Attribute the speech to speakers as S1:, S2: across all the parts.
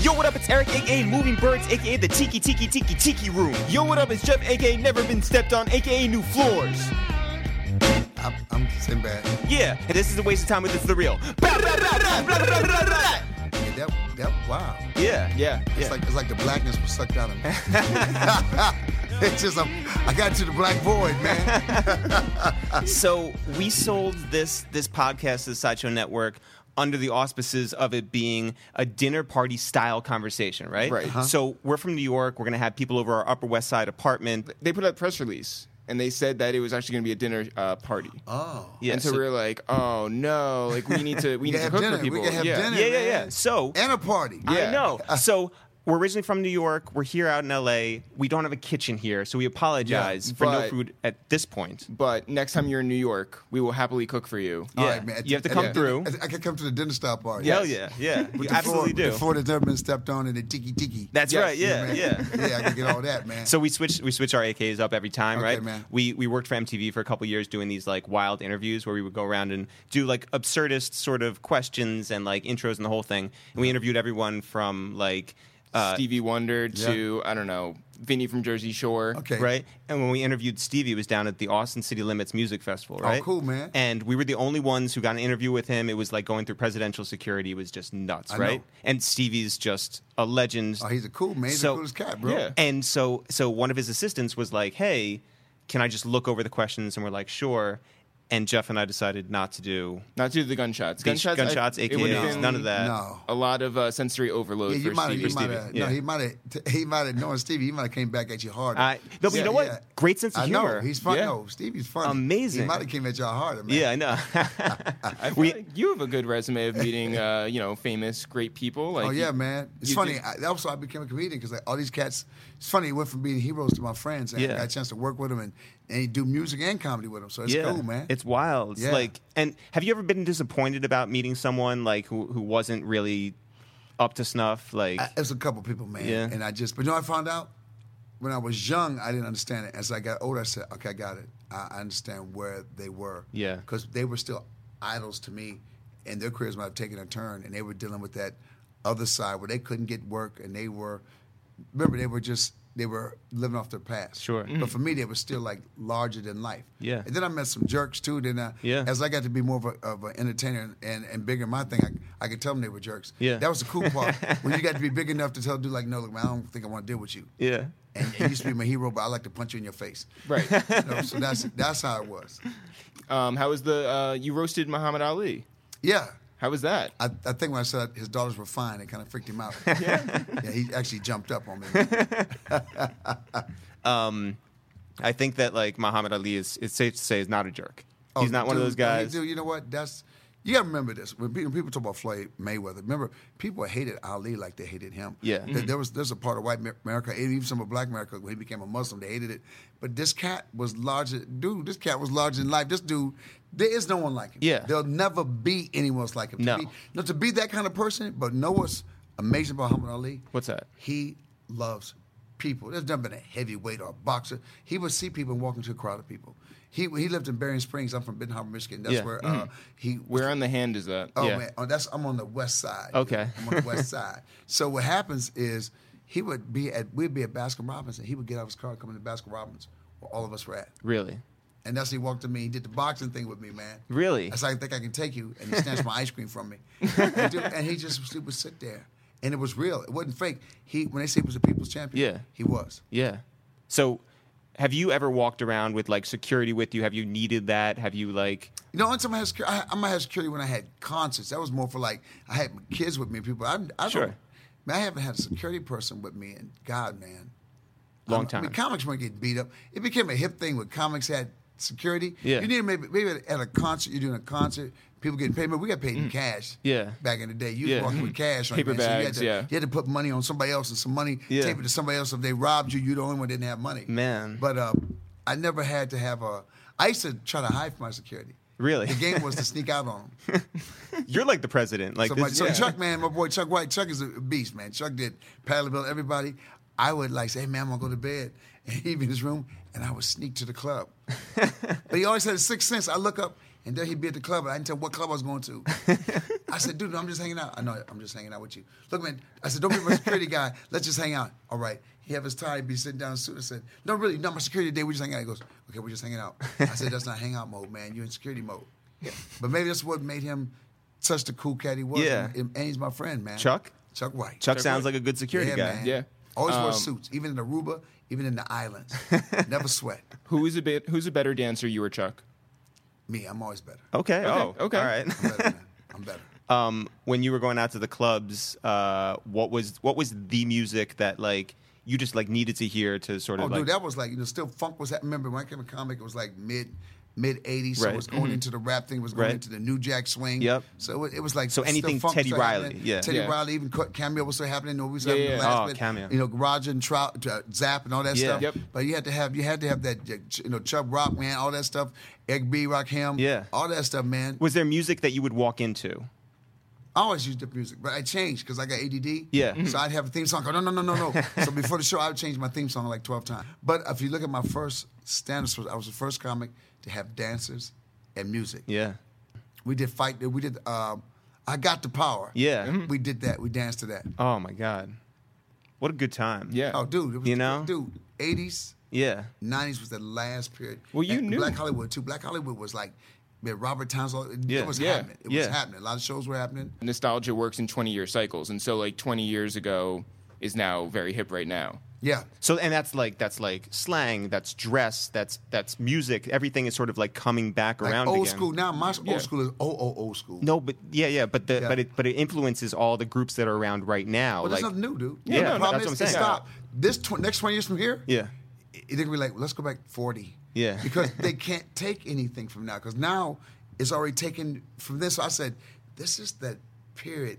S1: Yo, what up? It's Eric, aka Moving Birds, aka the Tiki Tiki Tiki Tiki Room. Yo, what up? It's Jeff, aka Never Been Stepped On, aka New Floors.
S2: I'm, I'm Sinbad.
S1: Yeah, and this is a waste of time with this is the real.
S2: Yeah, that, that, wow.
S1: Yeah, yeah,
S2: It's
S1: yeah.
S2: like it's like the blackness was sucked out of me. it's just I'm, I got to the black void, man.
S1: So we sold this this podcast to the Sideshow Network under the auspices of it being a dinner party style conversation, right?
S3: Right. Uh-huh.
S1: So we're from New York. We're gonna have people over our Upper West Side apartment.
S3: They put out a press release and they said that it was actually going to be a dinner uh, party.
S2: Oh,
S1: Yeah,
S3: and so,
S1: so-
S3: we were like, oh no, like we need to we need to
S2: have
S3: cook
S2: dinner.
S3: for
S2: We
S3: people.
S2: can have
S3: yeah.
S2: dinner.
S1: yeah, yeah, yeah.
S2: man.
S1: So
S2: and a party.
S3: Yeah.
S1: I know. So we're originally from New York. We're here out in LA. We don't have a kitchen here, so we apologize
S3: Yeah,
S1: for no
S3: but-
S1: food at this point.
S3: But next time you're in New York, we will happily cook for you.
S1: Yeah.
S2: All right, man.
S1: You have to
S2: At-
S1: come
S2: at-
S1: through.
S2: I, I can come to the dinner style party.
S1: Hell yeah, yeah. You
S2: The four-
S1: absolutely do.
S2: The four that's never been stepped on and the tiki tiki.
S1: That's
S3: Yes,
S1: right.
S3: you
S1: Yeah,
S2: man.
S1: yeah.
S2: yeah, I can get all that, man.
S1: So we switch we switch our AKs up every time,
S2: Okay,
S1: right?
S2: man.
S1: We we worked for MTV for a couple years doing these like wild interviews where we would go around and do like absurdist sort of questions and like intros and the whole thing. And we interviewed everyone from like uh,
S3: Stevie Wonder to I don't know Vinny from Jersey Shore.
S2: okay.
S1: Right. And when we interviewed Stevie, it was down at the Austin City Limits Music Festival, right?
S2: Oh, cool, man.
S1: And we were the only ones who got an interview with him. It was like going through presidential security. It was just nuts,
S2: I
S1: right?
S2: know.
S1: And Stevie's just a legend.
S2: Oh, he's a cool man. He's
S1: So-
S2: the coolest cat, bro.
S3: Yeah.
S1: And so, so one of his assistants was like, "Hey, can I just look over the questions?" And we're like, "Sure." And Jeff and I decided not to do.
S3: Not due to the gunshots.
S1: The
S3: Gunshots,
S1: gunshots,
S3: it would have
S1: AKAs,
S3: been
S1: none of that.
S2: No.
S3: A lot of uh, sensory overload
S2: Yeah, you
S3: for
S2: might have,
S3: Stevie.
S2: you might have,
S1: yeah.
S2: no, he might have, he might have, knowing Stevie, he might have came back at you hard.
S1: I- no, but you know what? Great sense of
S2: I know.
S1: humor.
S2: He's funny.
S3: Yeah.
S2: No, Stevie's funny.
S1: Amazing.
S2: He might have came at y'all harder, man.
S1: Yeah, I know.
S3: I feel
S1: we-
S3: like you have a good resume of meeting, uh, you know, famous, great people. Like
S2: Oh yeah,
S3: you-
S2: man. It's
S3: you
S2: funny.
S3: did-
S2: I, also, I became a comedian because like all these cats. It's funny. It went from being heroes to my friends, and
S1: Yeah.
S2: I got a chance to work with them and, and do music and comedy with them. So it's cool, man.
S1: It's wild. It's
S2: Yeah.
S1: Like, and have you ever been disappointed about meeting someone like who who wasn't really up to snuff? Like,
S2: I, it was a couple people, man.
S1: Yeah.
S2: And I just, but you know, what I found out when I was young, I didn't understand it. As I got older, I said, okay, I got it. I, I understand where they were.
S1: Yeah.
S2: Because they were still idols to me, and their careers might have taken a turn, and they were dealing with that other side where they couldn't get work, and they were, remember, they were just. They were living off their past.
S1: Sure. Mm.
S2: But for me, they were still like larger than life.
S1: Yeah.
S2: And then I met some jerks too. Then I,
S1: Yeah.
S2: as I got to be more of, a, of an entertainer and, and bigger in my thing, I, I could tell them they were jerks.
S1: Yeah.
S2: That was the cool part. when you got to be big enough to tell a dude like, no, look, man, I don't think I want to deal with you.
S1: yeah.
S2: And you used to be my hero, but I like to punch you in your face.
S3: Right.
S2: You know, so that's that's how it was.
S3: Um, how was the uh, you roasted Muhammad Ali?
S2: Yeah.
S3: How was that?
S2: I, I think when I said his daughters were fine, it kind of freaked him out.
S3: Yeah.
S2: yeah, he actually jumped up on me.
S1: I think that like Muhammad Ali is it's safe to say is not a jerk.
S2: Oh,
S1: He's not one of
S2: dude,
S1: those guys.
S2: Dude, you know what? That's you got to remember this. When people, people talk about Floyd Mayweather, remember people hated Ali like they hated him.
S1: Yeah. Mm-hmm.
S2: There- there was there's a part of white Mer- America, and even some of black America, when he became a Muslim, they hated it. But this cat was larger, dude. This cat was larger than life. This dude, there is no one like him.
S1: Yeah.
S2: there'll never be anyone else like him.
S1: No.
S2: to be, no, to be that kind of person. But know what's amazing about Muhammad Ali?
S3: What's that?
S2: He loves people. There's never been a heavyweight or a boxer. He would see people and walk into a crowd of people. He he lived in Bering Springs. I'm from Benton Harbor, Michigan. That's
S1: Yeah. Mm-hmm.
S2: where uh, he.
S3: Where on the hand is that?
S2: Oh
S1: Yeah.
S2: man, oh, that's I'm on the west side.
S1: Okay.
S2: I'm on the west side. So what happens is he would be at we'd be at Baskin Robbins and he would get out of his car and come into Baskin Robbins where all of us were at.
S1: really?
S2: And that's he walked to me. He did the boxing thing with me, man.
S1: Really?
S2: I said, I think I can take you. And he snatched my ice cream from me. And, dude, and he just he would sit there. And it was real. It wasn't fake. He when they say he was a people's champion,
S1: Yeah.
S2: he was.
S1: Yeah. So, have you ever walked around with like security with you? Have you needed that? Have you like?
S2: You know, until I had security, I, I might have security when I had concerts. That was more for like I had my kids with me. People, I, I
S1: Sure.
S2: don't. Man, I haven't had a security person with me, and God, man,
S1: Long
S2: I mean,
S1: time.
S2: comics weren't getting beat up. It became a hip thing when comics had security.
S1: Yeah.
S2: You needed maybe maybe at a concert, you're doing a concert, people getting paid. Man, we got paid in cash.
S1: Mm. Yeah.
S2: Back in the day, you
S1: Yeah. Mm.
S2: walking with cash, on
S3: Paper
S2: you, man, so you had
S3: bags,
S2: to,
S3: yeah.
S2: You had to put money on somebody else and some money
S1: Yeah.
S2: tape it to somebody else. If they robbed you, you the only one that didn't have money.
S1: Man.
S2: But uh, I never had to have a. I used to try to hide from my security.
S1: Really?
S2: The game was to sneak out on them.
S1: You're like the president. Like
S2: So, my,
S1: this,
S2: so
S1: yeah.
S2: Chuck, man, my boy Chuck White, Chuck is a beast, man. Chuck did Paddleville, everybody. I would like say, hey, man, I'm gonna go to bed. And he'd be in his room, and I would sneak to the club. but he always had a sixth sense. I look up, And then he'd be at the club, and I didn't tell him what club I was going to. I said, dude, I'm just hanging out. I know, I'm just hanging out with you. Look, man, I said, don't be my security guy. Let's just hang out. All right. He have his tie, he'd be sitting down soon. I said, no, really, not my security day. We just hang out. He goes, okay, we're just hanging out. I said, that's not hangout mode, man. You're in security mode. But maybe that's what made him such the cool cat he was.
S1: Yeah.
S2: And, and he's my friend, man.
S1: Chuck?
S2: Chuck White.
S1: Chuck sounds like a good security
S2: yeah,
S1: guy.
S2: Man.
S3: Yeah.
S2: Always wore
S3: Um,
S2: suits, even in Aruba, even in the islands. Never sweat.
S3: Who is a bit? Who's a better dancer, you or Chuck?
S2: Me, I'm always better.
S1: Okay. Oh.
S3: okay.
S1: All right.
S2: I'm better, man. I'm better.
S1: um, when you were going out to the clubs, uh, what was what was the music that like you just like needed to hear to sort
S2: Oh,
S1: of like
S2: dude, that was like you know, still funk was. That, remember when I came to comic, it was like mid mid '80s, so
S1: Right. Mm-hmm.
S2: it was going into the rap thing, it was going
S1: Right.
S2: into the new jack swing.
S1: Yep.
S2: So it, was- it was like
S1: So
S2: still
S1: anything
S2: funk
S1: Teddy
S2: still happening.
S1: Riley, yeah.
S2: Teddy
S3: Yeah.
S2: Riley, even Cut- cameo was still happening. No, we was
S3: Yeah,
S2: having
S3: yeah,
S2: the
S3: yeah.
S2: last
S1: Oh,
S2: bit,
S1: Cameo.
S2: You know, Roger and Trout, uh, Zap, and all that
S1: Yeah.
S2: stuff.
S3: Yep.
S2: But you had to have you had to have that you know Chubb Rock man, all that stuff, Egg B Rock him,
S1: Yeah.
S2: all that stuff, man.
S1: was there music that you would walk into?
S2: I always used different music, but I changed because I got ADD.
S1: Yeah. Mm-hmm.
S2: So I'd have a theme song. Go, no, no, no, no, no. so before the show, I would change my theme song like 12 times. But if you look at my first stand I was the first comic to have dancers and music.
S1: Yeah.
S2: We did fight. We did. Um, I got the power.
S1: Yeah. Mhm.
S2: We did that. We danced to that.
S1: Oh my god, what a good time.
S3: Yeah.
S2: Oh, dude. It was,
S1: Uh, You know?
S2: dude. 80s,
S1: Yeah.
S2: 90s was the last period.
S3: Well, you
S2: And
S3: knew.
S2: Black Hollywood too. Black Hollywood was like, man, Robert Townsend. It,
S1: Yeah,
S2: it was
S3: yeah,
S2: happening. It was
S1: yeah.
S2: happening. A lot of shows were happening.
S3: Nostalgia works in twenty-year cycles, and so like twenty years ago is now very hip right now.
S2: Yeah.
S1: So and that's like that's like slang, that's dress, that's that's music. Everything is sort of like coming back
S2: Like
S1: around
S2: old
S1: again.
S2: school. Now my
S3: Yeah.
S2: old school is oh oh old school.
S1: No, but yeah, yeah, but the
S2: Yeah.
S1: but it but it influences all the groups that are around right now.
S2: Well,
S1: like,
S2: that's nothing new, dude.
S1: Yeah,
S2: The
S1: no,
S2: problem
S1: that's what
S2: is
S1: I'm
S2: it
S1: saying.
S2: stopped. This tw- next twenty years from here,
S1: yeah,
S2: it- they're gonna be like, let's go back forty.
S1: Yeah.
S2: because they can't take anything from now because now it's already taken from this. So I said, this is that period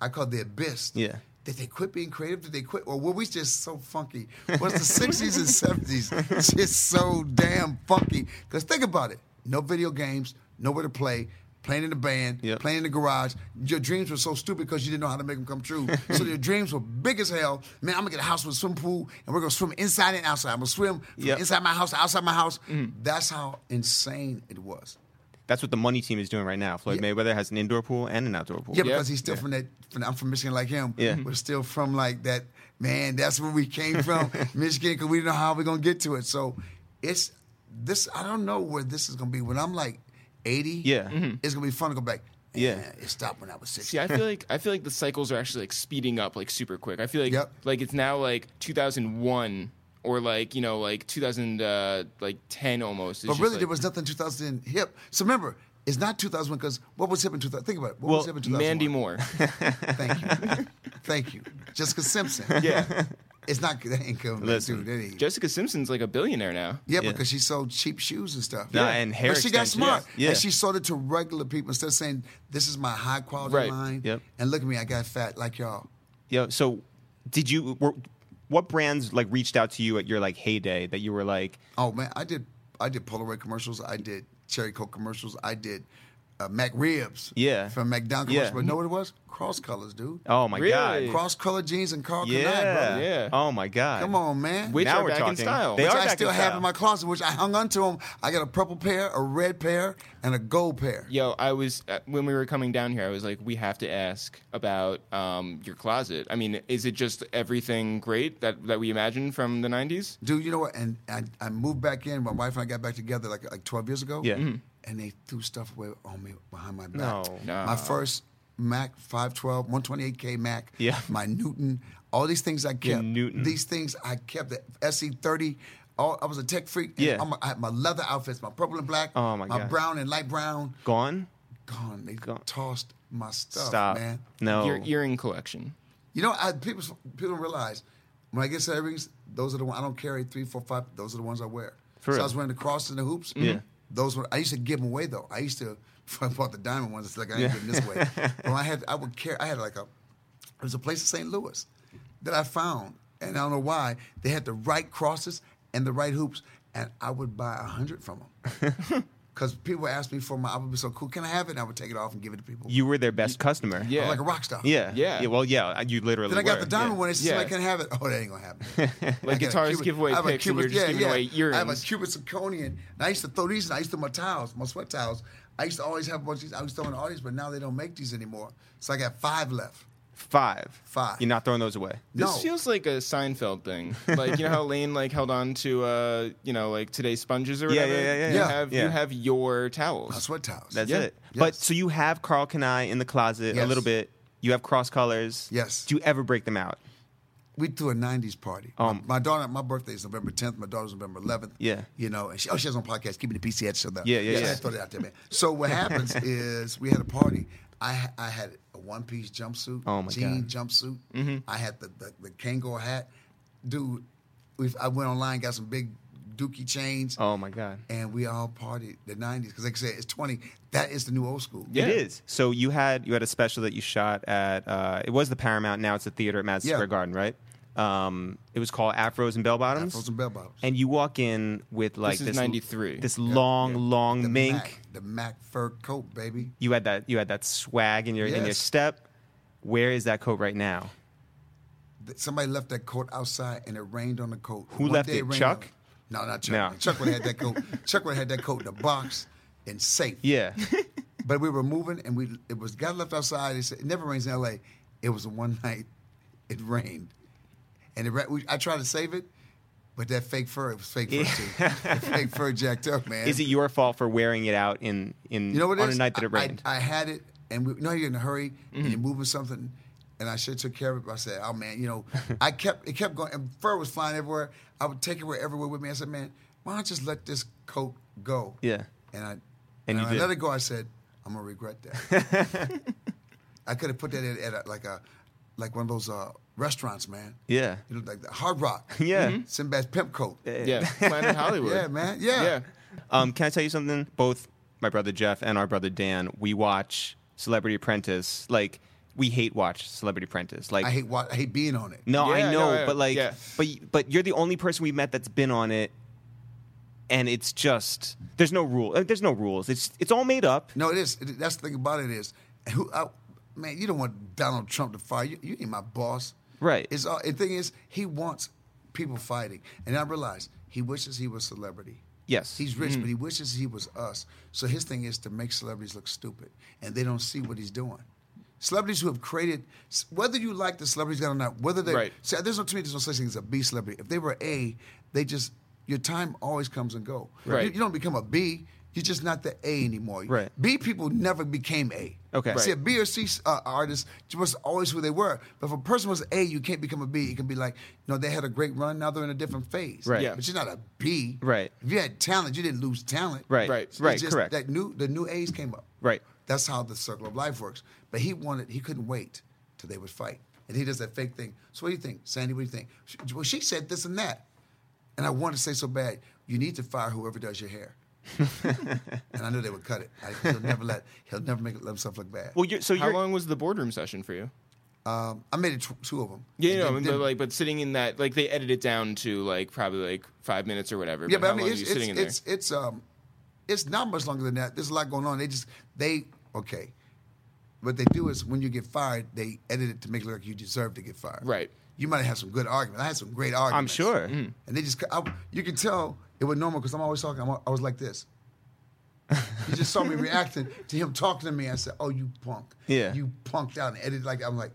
S2: I call the abyss.
S1: Yeah.
S2: Did they quit being creative? Did they quit, or were we just so funky? Was the sixties and seventies just so damn funky? Because think about it: no video games, nowhere to play. Playing in the band,
S1: Yep.
S2: playing in the garage. Your dreams were so stupid because you didn't know how to make them come true. so your dreams were big as hell. Man, I'm gonna get a house with a swimming pool, and we're gonna swim inside and outside. I'm gonna swim from
S1: Yep.
S2: inside my house to outside my house. That's how insane it was.
S1: that's what the money team is doing right now. Floyd
S2: Yeah.
S1: Mayweather has an indoor pool and an outdoor pool.
S2: Yeah, because he's still from that. From, I'm from Michigan, like him.
S1: Yeah.
S2: we're still from like that. Man, that's where we came from, Michigan. Because we didn't know how we're gonna get to it. So it's this. I don't know where this is gonna be when I'm like 80.
S1: Yeah. Mhm.
S2: it's gonna be fun to go back.
S1: Yeah.
S2: "Man, it stopped when I was 60.
S3: See, I feel like I feel like the cycles are actually like speeding up like super quick. I feel like
S2: Yep.
S3: like it's now like 2001 or like you know like 2000 uh, like 10 almost. It's
S2: But
S3: just,
S2: really,
S3: like-
S2: there was nothing 2000 hip. So remember, it's not 2001 because what was hip in 2000? Think about it. What was
S1: Well,
S2: hip in 2001?
S3: Mandy Moore.
S2: Thank you, thank you, Jessica Simpson.
S3: yeah,
S2: It's not that ain't coming,
S1: Listen,
S2: dude. That ain't-
S3: Jessica Simpson's like a billionaire now.
S2: Yeah,
S1: Yeah.
S2: because she sold cheap shoes and stuff.
S1: Nah,
S2: yeah.
S1: and hair
S2: But she got
S1: extensions.
S2: smart.
S1: Yeah.
S2: And she sold it to regular people instead of saying, This is my high quality
S3: Right.
S2: line.
S1: Yep.
S2: And look at me, I got fat like y'all.
S1: Yo, so did you? Were, what brands like reached out to you at your like heyday that you were like,
S2: Oh man, I did I did Polaroid commercials, I did Cherry Coke commercials, I did uh, Mac Ribs.
S1: Yeah.
S2: From McDonald's
S1: Yeah.
S2: commercials. But know what it was? Cross colors, dude.
S1: oh my
S3: Really?
S1: god,
S2: Cross color jeans and Carl
S1: yeah.
S2: Kanai, bro.
S3: Yeah.
S1: oh my god,
S2: Come on, man.
S3: Which
S1: Now
S3: are
S1: we're
S3: back in
S1: talking.
S3: style.
S1: They
S2: which
S1: are
S2: I
S1: back
S2: still
S1: in
S2: have
S1: style.
S2: in my closet, which I hung onto them. I got a purple pair, a red pair, and a gold pair.
S3: Yo, I was uh, when we were coming down here. I was like, we have to ask about um, your closet. I mean, is it just everything great that that we imagine from the '90s?
S2: Dude, you know what? And I, I moved back in. My wife and I got back together like like 12 years ago.
S1: Yeah. Mhm.
S2: And they threw stuff away on me behind my
S1: No.
S2: back.
S3: No.
S2: My first Mac 512, 128K Mac.
S1: Yeah.
S2: My Newton. All these things I kept.
S1: Newton.
S2: These things I kept. The SE30. All, I was a tech freak. and
S1: Yeah.
S2: I'm a- i had my leather outfits, my purple and black.
S1: Oh, my
S2: My
S1: God.
S2: brown and light brown.
S1: gone.
S2: Gone. They tossed my stuff,
S1: Stop.
S2: man.
S1: No.
S3: Your earring collection.
S2: You know, I, people people don't realize when I get set earrings, those are the ones I don't carry three, four, five. Those are the ones I wear.
S1: For
S2: so
S1: real?
S2: I was wearing the crosses and the hoops. Mm-hmm.
S1: Yeah.
S2: Those were I used to give them away though. I used to before I bought the diamond ones. It's like I ain't giving this away. But I had I would carry. I had like a it was a place in St. Louis that I found, and I don't know why they had the right crosses and the right hoops, and I would buy a hundred from them. because people asked me for my album. be so cool. Can I have it? And I would take it off and give it to people.
S1: You were their best customer.
S3: Yeah.
S2: I'm like a rock star.
S1: yeah,
S3: Yeah.
S1: Well, yeah, you literally.
S2: Then I got
S1: were,
S2: the diamond
S1: yeah.
S2: one. It's just
S3: Yeah.
S2: like, can I have it? Oh, that ain't gonna happen.
S3: Like guitarist giveaway picks, and you're just giving away
S2: I have a
S3: earrings.
S2: Cuban zirconian. And I used to throw these, and I used to my towels, my sweat towels. I used to always have a bunch of these. I was throwing the audience, but now they don't make these anymore. So I got five left.
S1: Five.
S2: Five.
S1: You're not throwing those away.
S3: This
S2: no.
S3: feels like a Seinfeld thing. Like you know how Lane like held on to uh you know like today's sponges or
S1: Yeah,
S3: whatever.
S1: yeah, yeah, yeah,
S3: You
S2: yeah.
S3: have
S1: Yeah.
S3: you have your
S2: my
S3: towels.
S2: sweat towels.
S1: That's
S3: Yeah.
S1: it. But
S2: Yes.
S1: so you have Carl Kanai in the closet a
S2: Yes.
S1: little bit. You have cross colors.
S2: Yes.
S1: Do you ever break them out?
S2: we threw a '90s party.
S1: Um,
S2: my, my daughter, my birthday is November 10th. My daughter's November 11th.
S1: Yeah.
S2: you know, and she oh she has on podcast. Keeping the PCH show that.
S1: Yeah, yeah, yeah.
S2: I throw that out there, man. So what happens is we had a party. I ha- I had a one piece jumpsuit,
S1: Oh, my
S2: jean
S1: God. Mm-hmm.
S2: jumpsuit. I had the the, the Kangol hat, dude. We I went online, got some big dookie chains,
S1: Oh my god.
S2: and we all partied the '90s because like I said, it's 20. That is the new old school.
S3: Yeah.
S1: It is. So you had you had a special that you shot at uh, it was the Paramount, now it's the theater at Madison
S2: Yeah.
S1: Square Garden, right? Um, it was called Afros and Bell Bottoms.
S2: Afros and Bell Bottoms.
S1: And you walk in with like
S3: This is 93.
S1: This long, long
S2: the
S1: mink.
S2: Mac, the Mac fur coat, baby.
S1: You had that you had that swag in your in your
S2: Yes.
S1: step. Where is that coat right now?
S2: that somebody left that coat outside and it rained on the coat.
S1: Who
S2: One
S1: left
S2: day
S1: it,
S2: rained
S1: Chuck?
S2: on- no, not Chuck.
S1: No.
S2: Chuck would have had that coat. Chuck would have had that coat in a box and safe.
S1: Yeah.
S2: But we were moving and we it was got left outside. It, said, it never rains in L.A. It was one night it rained, and it ra- we, I tried to save it, but that fake fur it was fake fur too. That fake fur jacked up, man.
S1: is it your fault for wearing it out in in
S2: You know what? it
S1: on
S2: is?
S1: a night that it
S2: I- I-
S1: rained? Mm-hmm.
S2: I, had it, and we, you know you're in a hurry, and you're moving something, and I should have took care of it. But I said, "Oh man, you know, I kept it kept going, and fur was flying everywhere. I would take it where- everywhere with me. I said, man, why don't I just let this coat go?
S1: yeah.
S2: And I
S1: And
S2: and,
S1: you
S2: I
S1: did.
S2: let it go. I said, I'm gonna regret that. I could have put that at, at a, like a like one of those uh, restaurants, man.
S1: Yeah.
S2: You know, like the Hard Rock.
S1: Yeah.
S2: Sinbad's pimp coat.
S3: Yeah, Planet Hollywood.
S2: Yeah, man. Yeah.
S3: Yeah.
S1: Um, can I tell you something? Both my brother Jeff and our brother Dan, we watch Celebrity Apprentice. Like we hate watch Celebrity Apprentice. Like
S2: I hate wa- I hate being on it.
S1: no,
S3: Yeah,
S1: I know,
S3: no, yeah,
S1: but like,
S3: yeah.
S1: but but you're the only person we met that's been on it, and it's just there's no rule. uh, There's no rules. It's it's all made up.
S2: No, it is. It, that's the thing about it is, who I, man, you don't want Donald Trump to fire you. You ain't my boss,
S1: Right.
S2: It's all. The thing is, he wants people fighting, and I realize he wishes he was celebrity.
S1: Yes. Mm.
S2: He's rich, but he wishes he was us. So his thing is to make celebrities look stupid, and they don't see what he's doing. Celebrities who have created, whether you like the celebrities or not, whether they,
S3: Right.
S2: see, there's no to me, there's no such thing as a B celebrity. If they were A, they just your time always comes and go.
S3: Right.
S2: You, you don't become a B. You're just not the A anymore.
S1: Right.
S2: B people never became A.
S1: Okay. Right.
S2: See, a B or C uh, artist was always who they were. But if a person was A, you can't become a B. It can be like, you know, they had a great run. Now they're in a different phase.
S1: Right. Yeah.
S2: But you're not a B.
S1: Right.
S2: If you had talent, you didn't lose talent.
S1: Right.
S3: Right.
S1: Right.
S2: It's just
S1: correct.
S2: That new the new A's came up.
S1: Right.
S2: That's how the circle of life works. But he wanted he couldn't wait till they would fight, and he does that fake thing. So what do you think, Sandy? What do you think? She, well, she said this and that, and I wanted to say so bad. You need to fire whoever does your hair. and I knew they would cut it. I, he'll never let he'll never make let himself look bad.
S1: Well, you're, so
S3: How
S1: you're
S3: long was the boardroom session for you?
S2: um, I made it tw- two of them.
S3: Yeah, no, I mean, but like, but sitting in that, like, they edit it down to like probably like five minutes or whatever.
S2: Yeah, but I
S3: how
S2: mean,
S3: long
S2: it's
S3: were
S2: it's,
S3: you sitting in there?
S2: it's it's um, it's not much longer than that. There's a lot going on. They just they okay. What they do is when you get fired, they edit it to make it look like you deserve to get fired.
S3: Right.
S2: You might have some good arguments. I had some great arguments.
S1: I'm sure.
S2: And they just, I, you can tell it was normal because I'm always talking. I'm, al- I was like this. You just saw me reacting to him talking to me. I said, "Oh, you punk!
S1: Yeah.
S2: you punked out and edited like I'm like."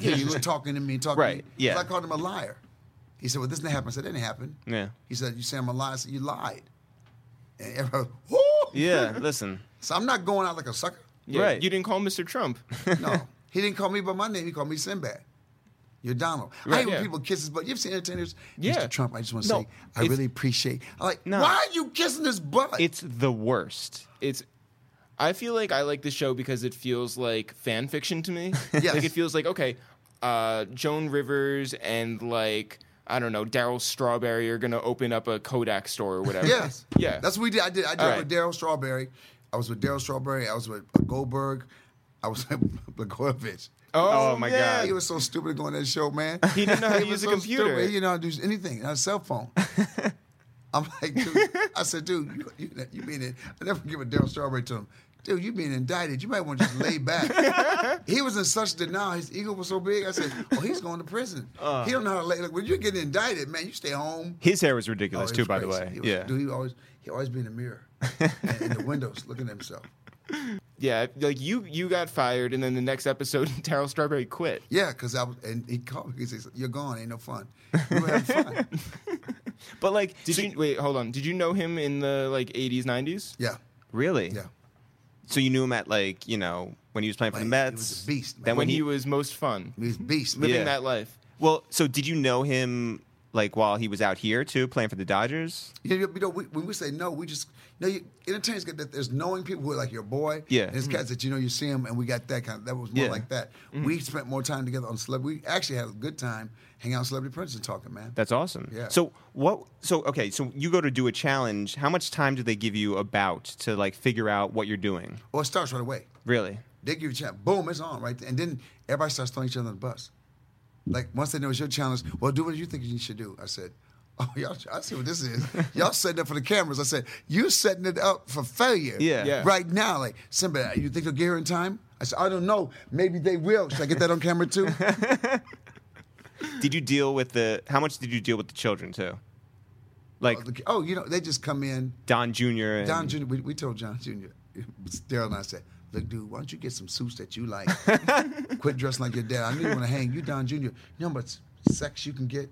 S2: Yeah, you were talking to me, talking
S1: Right,
S2: To me.
S1: yeah.
S2: I called him a liar. He said, "Well, this didn't happen." I said, "That didn't happen."
S1: Mm. Yeah.
S2: He said, "You say I'm a liar." I said, "You lied." And everybody, whoo!
S1: Yeah. Listen.
S2: So I'm not going out like a sucker.
S3: Yeah,
S1: Right.
S3: You didn't call Mr. Trump.
S2: No, he didn't call me by my name. He called me Sinbad. You're Donald. I
S3: Right,
S2: hate
S3: yeah.
S2: when people kisses, but you've seen entertainers.
S3: Yeah.
S2: Mr. Trump, I just want to
S1: No,
S2: say I
S1: it's-
S2: really appreciate. I'm like,
S1: No.
S2: why are you kissing his butt?
S1: It's the worst.
S3: It's. I feel like I like the show because it feels like fan fiction to me.
S2: Yes.
S3: Like it feels like okay, uh, Joan Rivers and like I don't know Daryl Strawberry are gonna open up a Kodak store or whatever.
S2: yes,
S3: Yeah.
S2: That's what we did. I did. I did it
S3: All
S2: with
S3: right.
S2: Daryl Strawberry. I was with Daryl Strawberry. I was with Goldberg. I was with Blagojevich.
S3: Oh,
S1: Oh, my
S3: yeah.
S1: God.
S2: He was so stupid going to that show, man.
S3: He didn't know how to
S2: was
S3: use a
S2: so
S3: computer.
S2: Stupid. He didn't know how to do anything. Not a cell phone. I'm like, dude, I said, dude, you, you, you mean it? I never give a damn strawberry to him. Dude, you being indicted. You might want to just lay back. he was in such denial. His ego was so big. I said, oh, he's going to prison.
S1: Uh.
S2: he don't know how to lay. Like, when you're getting indicted, man, you stay home.
S1: His hair was
S2: Oh,
S1: ridiculous
S2: it
S1: too,
S2: was
S1: by the
S2: crazy.
S1: way.
S2: He was-
S1: yeah.
S2: dude, he always he always be in the mirror, and in the windows, looking at himself.
S3: Yeah, like you you got fired, and then the next episode, Daryl Strawberry quit.
S2: Yeah, because I was, and he called me. He says, "You're gone. Ain't no fun. You were having fun."
S1: But like,
S3: Did
S1: so-
S3: you wait? Hold on. Did you know him in the like '80s, '90s?
S2: Yeah,
S1: really?
S2: yeah.
S1: So you knew him at like you know when he was playing for the
S2: Man, he
S1: Mets.
S2: was a beast, man.
S1: Then
S3: When
S1: when he,
S3: he was most fun,
S2: He was a beast.
S3: living
S1: Mm-hmm. Yeah.
S3: that life.
S1: well, so did you know him like while he was out here too playing for the Dodgers?
S2: You know, you know we, when we say no, we just you know you, entertainers get that. There's knowing people who are like your boy.
S1: Yeah. Mm-hmm.
S2: and there's cats that you know you see them, and we got that kind. of That was more
S1: Yeah. Mm-hmm.
S2: like that. We spent more time together on celebrity. We actually had a good time hanging out, with celebrity prince and talking, man.
S1: That's awesome.
S2: Yeah.
S1: So what? So okay. So you go to do a challenge. How much time do they give you about to like figure out what you're doing?
S2: well, it starts right away.
S1: Really?
S2: They give you a chance. Boom, it's on right, there. and then everybody starts throwing each other on the bus. Like once they know it's your challenge, well, do what you think you should do. I said, oh y'all, I see what this is. y'all setting up for the cameras. I said, you setting it up for failure.
S1: Yeah.
S3: Yeah.
S2: Right now, like somebody, you think they'll get here in time? I said, I don't know. Maybe they will. Should I get that on camera too? Oh,
S1: Did you deal with the? How much did you deal with the children too? Like
S2: oh, you know, they just come in.
S1: Don Jr. And,
S2: Don Jr. We, we told John Jr. Daryl and I said, look, dude, why don't you get some suits that you like? Quit dressing like your dad. I knew you want to hang. You Don Jr. You know how much sex you can get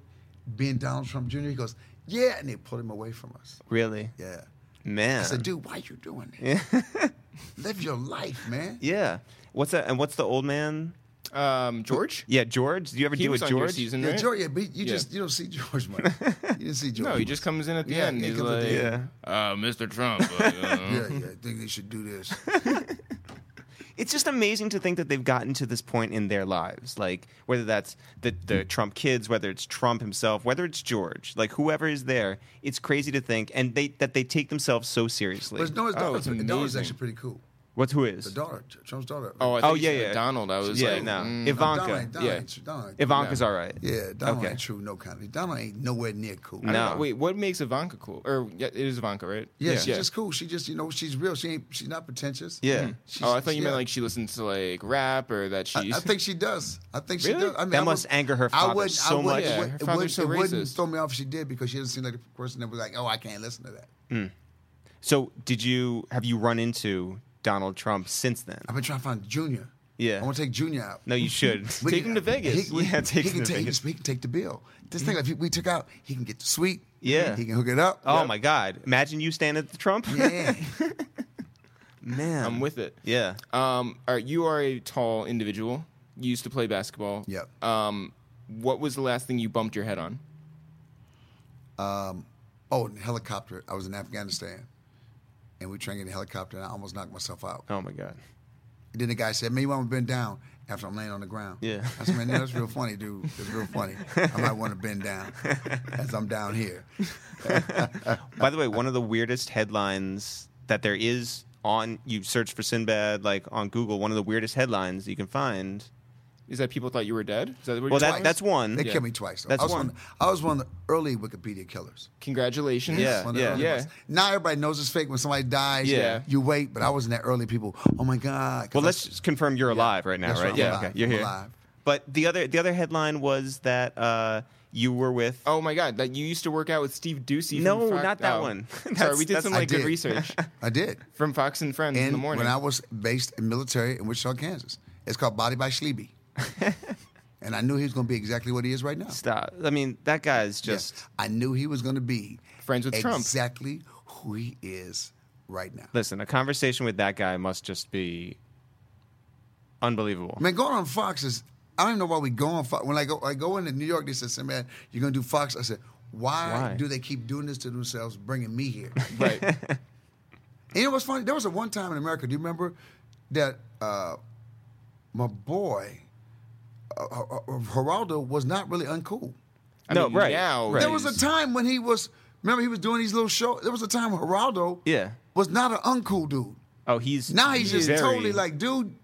S2: being Donald Trump Jr.? He goes, yeah. And they pulled him away from us.
S1: Really?
S2: Yeah.
S1: Man.
S2: I said, dude, why you doing that? Live your life, man.
S1: Yeah. What's that? And what's the old man?
S3: Um, George.
S1: Yeah, George. Do you ever
S3: He
S1: deal
S3: was
S1: with
S3: on
S1: George?
S3: your season,
S2: Yeah,
S3: right?
S2: George, yeah, but you
S3: Yeah.
S2: just you don't see George much. You didn't see George.
S3: No, he
S2: much.
S3: just comes in at the
S2: Yeah,
S3: end.
S2: he
S3: He's
S2: comes at
S3: like,
S2: the
S1: end.
S3: uh, Mr. Trump. uh,
S2: Yeah, yeah. I think they should do this.
S1: It's just amazing to think that they've gotten to this point in their lives. Like whether that's the the Trump kids, whether it's Trump himself, whether it's George, like whoever is there, it's crazy to think and they that they take themselves so seriously.
S2: But Noah's
S3: Oh,
S2: daughter,
S3: it's
S2: the daughter's
S3: amazing.
S2: actually pretty cool.
S1: What's who is?
S2: The daughter, Trump's daughter.
S3: Oh, I
S1: Oh,
S3: think he
S1: yeah,
S3: said
S1: yeah.
S3: Donald. I was
S1: yeah,
S3: like,
S1: no.
S3: mm,
S1: Ivanka.
S2: Donald, ain't- Donald,
S3: yeah.
S2: ain't- Donald ain't-
S1: Ivanka's
S3: No.
S1: all right.
S2: Yeah, Donald
S1: Okay.
S2: ain't true, no kind of. Donald ain't nowhere near cool.
S3: I
S1: No.
S3: don't know. Wait, what makes Ivanka cool? Or yeah, it is Ivanka, right?
S2: Yeah, she's just cool. She just, you know, she's real. She ain't, she's not pretentious.
S1: Yeah. Hmm.
S2: She's-
S3: Oh, I thought you meant
S2: yeah.
S3: like she listens to like rap or that
S2: I,
S3: she's.
S2: I think she does. I think she
S3: Really?
S2: does. I mean,
S1: That
S2: I
S1: must
S2: would-
S1: anger her
S2: I
S1: father
S2: wouldn't,
S1: so
S2: I wouldn't,
S1: much.
S2: It,
S3: Yeah,
S2: wouldn't-
S3: her
S2: it
S3: father's
S2: wouldn't,
S3: so
S2: it wouldn't
S3: racist.
S2: throw me off if she did because she doesn't seem like a person that was like, oh, I can't listen to that.
S1: So did you have you run into Donald Trump since then?
S2: I've been trying to find Junior.
S1: Yeah.
S2: I want to take Junior out.
S1: No, you should.
S2: We
S3: Take him to Vegas.
S2: He, we-
S1: Yeah, take
S2: he
S1: him
S2: can
S1: to
S2: take,
S1: Vegas. Hmm.
S2: He, can take the bill. This thing, if he, we took out, he can get the suite.
S1: Yeah.
S2: He can hook it up.
S1: oh my God! Imagine you stand at the Trump.
S2: Yeah.
S1: Man,
S3: I'm with it.
S1: Yeah.
S3: Um, all right, you are a tall individual. You used to play basketball.
S2: Yep.
S3: Um, what was the last thing you bumped your head on?
S2: Oh, in the helicopter. I was in Afghanistan, and we trained in a helicopter, and I almost knocked myself out.
S1: Oh my God.
S2: Then the guy said, "Man, you want to bend down after I'm laying on the ground?"
S1: Yeah.
S2: I said, "Man, no, that's real funny, dude. That's real funny. I might want to bend down as I'm down here."
S1: By the way, one of the weirdest headlines that there is on you search for Sinbad like on Google, one of the weirdest headlines you can find.
S3: Is that people thought you were dead? Is that what
S1: Well,
S3: you're
S1: that-
S3: saying?
S1: that's one.
S2: They
S1: Yeah.
S2: killed me twice. Though.
S1: That's
S2: I was
S1: one.
S2: of the- I was one of the early Wikipedia killers.
S3: Congratulations.
S1: Yeah,
S2: One of the
S1: Uh, yeah.
S2: early
S3: Yeah.
S2: ones. Now everybody knows it's fake. When somebody dies,
S3: Yeah.
S2: you wait. But I wasn't that early. People, oh my god. 'Cause
S1: Well,
S2: I-
S1: let's just confirm you're alive right now,
S2: That's
S1: right?
S2: right, I'm
S1: yeah,
S2: alive.
S1: okay, you're
S2: I'm
S1: here.
S2: alive.
S1: But the other the other headline was that uh, you were with.
S3: Oh my God! That you used to work out with Steve Ducey. from
S1: No,
S3: Fox-
S1: not that
S3: oh.
S1: one.
S3: Sorry,
S1: That's-
S3: we did
S1: that's-
S3: some
S1: I
S3: like good
S2: did.
S3: research
S2: I did.
S3: from Fox and Friends in
S2: And
S3: the morning.
S2: when I was based in military in Wichita, Kansas, it's called Body by Schliebe. and I knew he was going to be exactly what he is right now.
S1: Stop. I mean, that guy's just.
S2: Yes, I knew he was going to be
S3: Friends with Trump.
S2: exactly who he is right now.
S1: Listen, a conversation with that guy must just be unbelievable.
S2: Man, going on Fox is I don't even know why we go on Fox. When I go I go into New York, they said, "Say, "Man, you're going to do Fox." I said, why,
S1: Why?
S2: do they keep doing this to themselves, bringing me here?" and
S3: right.
S2: you know what's funny? There was a one time in America. Do you remember that uh, my boy uh, uh, uh, Geraldo was not really uncool.
S3: I
S1: No,
S3: mean,
S1: right,
S3: Now
S1: right.
S2: There was a time when he was. Remember, he was doing these little shows. There was a time Geraldo
S1: Yeah.
S2: was not an uncool dude.
S1: Oh, he's
S2: Now he's just
S1: very-
S2: totally like, dude,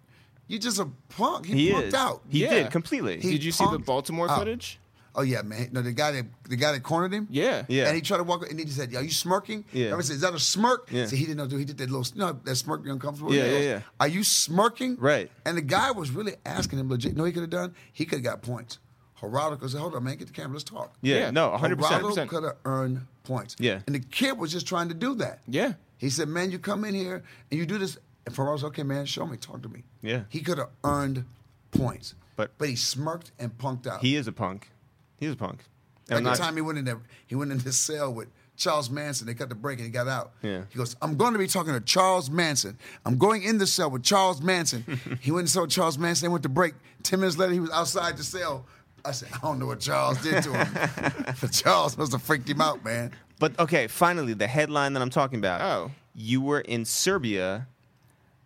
S2: you just a punk. He,
S1: he
S2: punked
S1: is.
S2: out.
S1: He
S3: Yeah.
S1: did completely.
S2: He-
S3: Did you see the
S2: punked
S3: Baltimore
S2: out.
S3: footage?
S2: Oh yeah, man. No, the guy that the guy that cornered him.
S3: Yeah.
S1: Yeah.
S2: And he tried to walk, and he said, "Are you smirking?"
S1: Yeah.
S2: Remember, I said, "Is that a smirk?"
S1: Yeah.
S2: So he didn't know. Dude, he did that little, you know, that smirk, the uncomfortable.
S1: Yeah,
S2: he goes,
S1: yeah, yeah.
S2: Are you smirking?
S1: Right.
S2: And the guy was really asking him legit. No, he could have done. He could have got points. Geraldo said, "Hold on, man, get the camera. Let's talk."
S1: Yeah,
S3: Yeah.
S1: no, 100%.
S2: Geraldo could have earned points.
S1: Yeah.
S2: And the kid was just trying to do that.
S3: Yeah.
S2: He said, "Man, you come in here and you do this." And Ferrell's okay, man. Show me. Talk to me.
S1: Yeah.
S2: He could have earned points,
S1: But-
S2: but he smirked and punked out.
S1: He is a punk. He is a punk.
S2: Like
S1: And
S2: the
S1: I'm not-
S2: time he went in there, he went in this cell with Charles Manson. They cut the break and he got out.
S1: Yeah.
S2: He goes, I'm going to be talking to Charles Manson. I'm going in the cell with Charles Manson. he went and saw Charles Manson. They went to break. Ten minutes later, he was outside the cell. I said, I don't know what Charles did to him. but Charles must have freaked him out, man.
S1: But okay, finally, the headline that I'm talking about.
S3: Oh.
S1: You were in Serbia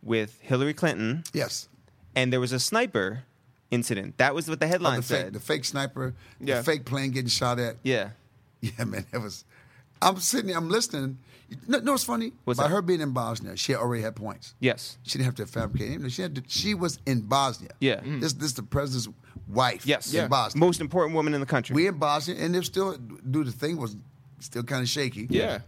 S1: with Hillary Clinton,
S2: Yes.
S1: and there was a sniper incident. That was what the headline
S2: The
S1: said.
S2: fake, the fake sniper,
S3: Yeah.
S2: the fake plane getting shot at.
S1: yeah.
S2: Yeah, man, that was. I'm sitting there, I'm listening. You know, know what's funny?
S1: What's
S2: By
S1: that?
S2: her being in Bosnia, she already had points.
S1: Yes.
S2: She didn't have to fabricate anything. She had to, she was in Bosnia.
S1: Yeah. Mhm.
S2: This this the president's wife.
S1: Yes.
S2: In
S3: Yeah.
S2: Bosnia.
S1: Most important woman in the country.
S2: we in Bosnia, and they're still dude. The thing was still kind of shaky.
S3: Yeah.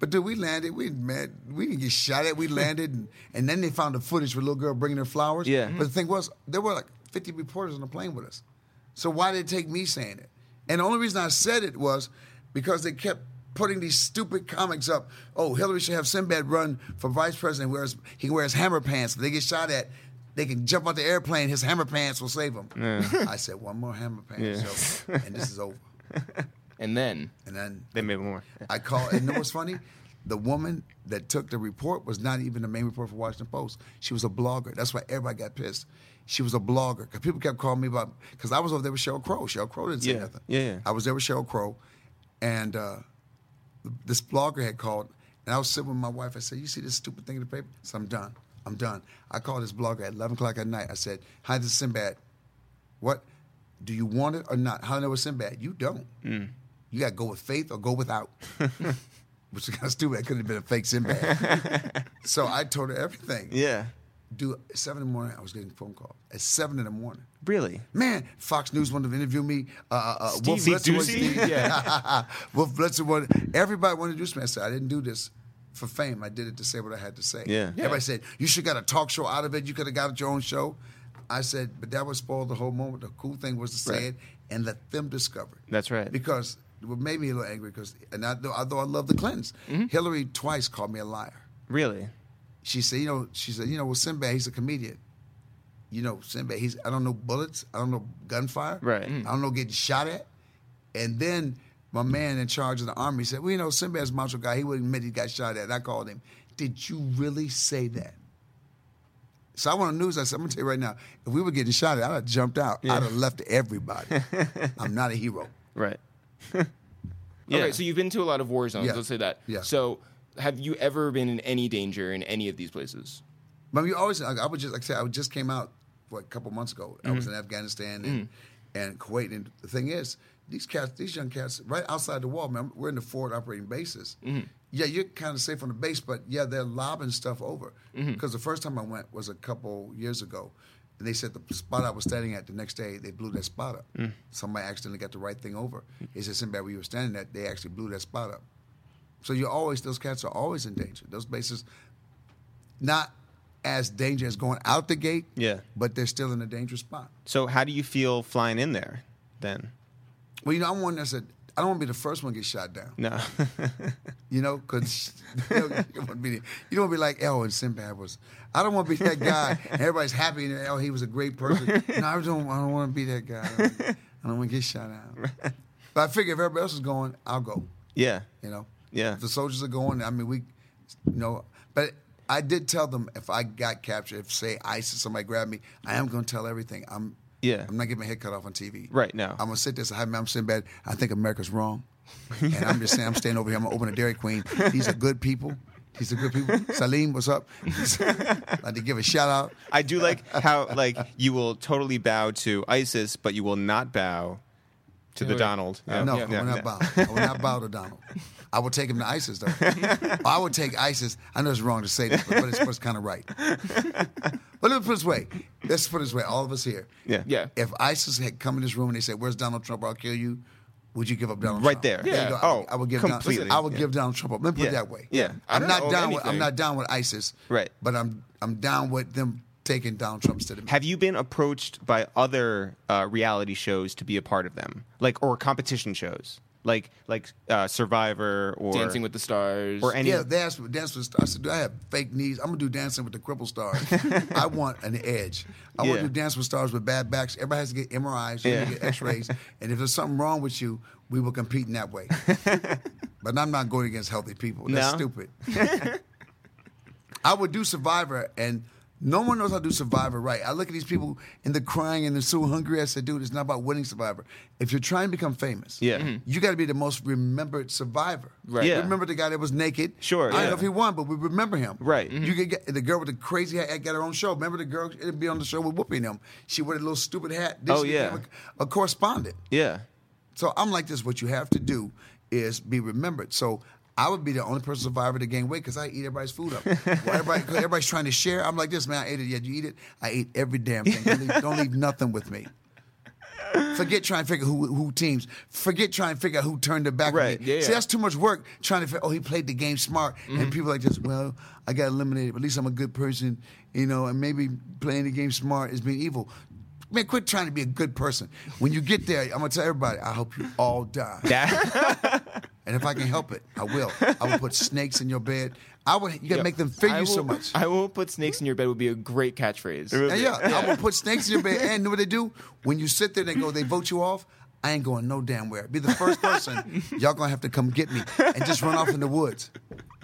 S2: But dude, we landed. We man, we didn't get shot at. We landed, and, and then they found the footage with a little girl bringing her flowers.
S1: Yeah.
S2: But the thing was, there were like 50 reporters on the plane with us. So why did it take me saying it? And the only reason I said it was because they kept putting these stupid comics up. Oh, Hillary should have Sinbad run for vice president. Wears he can wear his hammer pants. If they get shot at. They can jump out the airplane. His hammer pants will save him. I said one more hammer pants,
S1: Yeah.
S2: joke, and this is over.
S3: And then
S2: And then
S1: they made more.
S2: I call, and you know what's funny? The woman that took the report was not even the main report for Washington Post. She was a blogger. That's why everybody got pissed. She was a blogger because people kept calling me about because I was over there with Sheryl Crow. Sheryl Crow didn't say
S1: Yeah,
S2: nothing.
S1: yeah, yeah.
S2: I was there with Sheryl Crow, and uh, this blogger had called, and I was sitting with my wife. I said, "You see this stupid thing in the paper?" I said, "I'm done. I'm done." I called this blogger at 11 o'clock at night. I said, "Hi, this is Sinbad. What? Do you want it or not? How do I know it's Sinbad? You don't. You got to go with faith or go without." Which is kind of stupid. That could have been a fake Sinbad. so I told her everything.
S1: Yeah.
S2: Dude, at seven in the morning, I was getting phone calls. At seven in the morning.
S1: Really?
S2: Man, Fox News wanted to interview me. Uh, uh, uh, Wolf
S1: Stevie
S2: Blitzer was
S1: Ducey?
S2: yeah. Wolf Blitzer wanted. Everybody wanted to do something. I said, I didn't do this for fame. I did it to say what I had to say.
S1: Yeah. Yeah.
S2: Everybody said you should got a talk show out of it. You could have got your own show. I said, but that would spoil the whole moment. The cool thing was to say
S1: Right.
S2: it and let them discover it.
S1: That's right.
S2: Because what made me a little angry because, and I, though, although I love the Clintons,
S1: Mm-hmm.
S2: Hillary twice called me a liar
S1: Really?
S2: she said, you know, she said, you know, well, Sinbad, he's a comedian. You know, Sinbad, he's I don't know bullets, I don't know gunfire,
S1: Right. Mm.
S2: I don't know getting shot at. And then my man in charge of the army said, well, you know, Sinbad's a macho guy. He wouldn't admit he got shot at. And I called him. Did you really say that? So I went on the news. I said, I'm gonna tell you right now, if we were getting shot at, I'd have jumped out. I'd have left everybody. I'm not a hero.
S1: Right.
S3: Okay, so you've been to a lot of war zones.
S2: Yeah.
S3: Let's say that.
S2: Yeah.
S3: So have you ever been in any danger in any of these places?
S2: But you always, I, I would just like I said, I would- just came out what a couple months ago. I was in Afghanistan and, and Kuwait, and the thing is, these cats, these young cats, right outside the wall, man. We're in the forward operating bases. Yeah, you're kind of safe on the base, but yeah, they're lobbing stuff over. Because the first time I went was a couple years ago, and they said the spot I was standing at the next day, they blew that spot up. Somebody accidentally got the right thing over. They said somebody where you were standing at, they actually blew that spot up. So you're always those cats are always in danger. Those bases not as dangerous going out the gate.
S1: Yeah.
S2: But they're still in a dangerous spot.
S1: So how do you feel flying in there then?
S2: Well, you know, I'm one that said I don't want to be the first one to get shot down.
S1: No.
S2: You know, because you, know, you don't want to be the- you don't wanna be like El and Sinbad was. I don't want to be that guy. and everybody's happy and El, he was a great person. no, I don't. I don't want to be that guy. I don't, want to get shot out. But I figure if everybody else is going, I'll go.
S1: yeah.
S2: You know.
S1: Yeah.
S2: If the soldiers are going. I mean, we, you know, but I did tell them if I got captured, if say ISIS somebody grabbed me, I am going to tell everything. I'm.
S1: Yeah.
S2: I'm not getting my head cut off on TV.
S1: Right, no.
S2: I'm gonna sit there. and say, Hi, ma'am, I'm sitting bad. I think America's wrong, and I'm just saying I'm staying over here. I'm gonna open a Dairy Queen. These are good people. These are good people. Salim, what's up? I'd like to give a shout out.
S1: I do like how like you will totally bow to ISIS, but you will not bow to the
S3: Yeah.
S1: Donald. Yeah.
S2: No,
S1: Yeah.
S2: I will
S1: Yeah.
S2: not bow. I will not bow to Donald. I will take him to ISIS though. I would take ISIS. I know it's wrong to say this, but, but it's, but it's kind of right. But let me put it this way. Let's put it this way. All of us here.
S1: Yeah.
S3: Yeah.
S2: If ISIS had come in this room and they said, "Where's Donald Trump? I'll kill you," would you give up Donald
S1: Right
S2: Trump?
S1: there.
S2: you
S3: Yeah.
S2: go. I
S1: Oh,
S2: would- I would give
S1: completely.
S2: Donald, I would
S1: Yeah.
S2: give Donald Trump up. Let me put
S1: Yeah.
S2: it that way.
S1: Yeah. I
S2: I'm
S3: don't
S2: not
S3: own
S2: down with I'm
S3: anything.
S2: not down with ISIS.
S1: Right.
S2: But I'm I'm down with them taking Donald Trump to the
S1: Have you been approached by other uh, reality shows to be a part of them, like or competition shows, like like uh, Survivor or
S3: Dancing with the Stars.
S1: or any?
S2: yeah, dance with dance with stars. I said, do I have fake knees? I'm gonna do dancing with the crippled stars. I want an edge. I want
S1: Yeah.
S2: to do dance with stars with bad backs. Everybody has to get MRIs, you
S1: Yeah.
S2: need to get X-rays, and if there's something wrong with you, we will compete in that way. but I'm not going against healthy people.
S1: No?
S2: That's stupid. I would do Survivor, and no one knows how to do Survivor right. I look at these people and they're crying and they're so hungry. I said, dude, it's not about winning Survivor. If you're trying to become famous,
S1: Yeah. Mhm.
S2: you got to be the most remembered Survivor.
S3: Right.
S1: Yeah.
S2: Remember the guy that was naked?
S1: Sure,
S2: I don't
S1: yeah.
S2: know if he won, but we remember him.
S1: Right. Mm-hmm.
S2: You could get the girl with the crazy hat got her own show. Remember the girl? It'd be on the show with Whoopi and him. She wore a little stupid hat. Then
S1: Oh,
S2: she
S1: yeah.
S2: became A, a correspondent.
S1: yeah,
S2: So I'm like this. What you have to do is be remembered. So I would be the only person survivor to gain weight because I eat everybody's food up. Well, everybody, 'cause everybody's trying to share. I'm like this, man. I ate it. Yeah, you eat it. I ate every damn thing. Don't leave, don't leave nothing with me. Forget trying to figure who who teams. Forget trying to figure out who turned their back. on
S1: Right,
S2: me.
S3: yeah,
S2: See,
S3: yeah.
S2: that's too much work trying to figure. Oh, he played the game smart,
S3: Mm-hmm.
S2: and people like this. Well, I got eliminated. But at least I'm a good person, you know. And maybe playing the game smart is being evil. Man, quit trying to be a good person. When you get there, I'm gonna tell everybody. I hope you all die.
S1: that
S2: and if I can help it, I will. I will put snakes in your bed. I would. You gotta
S3: Yeah.
S2: make them fear
S3: I
S2: you so
S3: will-
S2: much.
S3: I will put snakes in your bed would be a great catchphrase.
S1: would-
S2: Yeah, yeah. I'm gonna put snakes in your bed. And know what they do? When you sit there, they go, they vote you off. I ain't going no damn where. Be the first person. Y'all gonna have to come get me and just run off in the woods.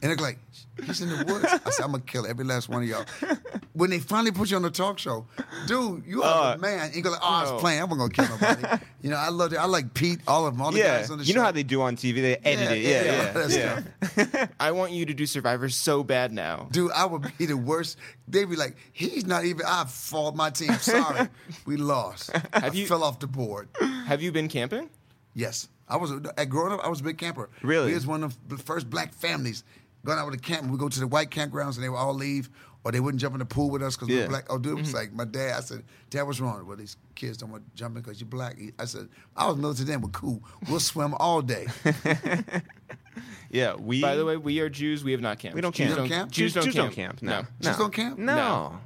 S2: And they're like, he's in the woods. I said, I'm gonna kill every last one of y'all. When they finally put you on the talk show, dude, you are
S1: Uh,
S2: a man. And you go like, oh, I
S1: no.
S2: was playing. I wasn't gonna kill nobody. you know, I love it. I like Pete, all of them, all the
S1: yeah.
S2: guys on the
S1: You
S2: show.
S1: know how they do on TV? They edit it. Yeah, yeah,
S2: all that
S1: yeah.
S2: stuff.
S3: I want you to do Survivor so bad now.
S2: Dude, I would be the worst. They'd be like, he's not even. I fought my team. Sorry, we lost. I
S3: you-
S2: fell off the board.
S3: Have you been camping?
S2: Yes, I was. a- At growing up, I was a big camper.
S1: Really?
S2: we was one of the first black families going out with a camp. We go to the white campgrounds, and they would all leave, or they wouldn't jump in the pool with us because we
S1: Yeah. Mm-hmm.
S2: were black. Oh, dude, it was like my dad. I said, Dad, what's wrong? Well, these kids don't want to jump in because you're black. I said, I was military then. We're cool. We'll swim all day.
S1: Yeah, we.
S3: By the way, we are Jews. We have not camped.
S1: we don't
S3: Jews
S1: camp.
S2: don't camp?
S1: Jews,
S3: Jews don't camp.
S1: No,
S2: No. Jews
S1: No.
S2: don't camp?
S1: No.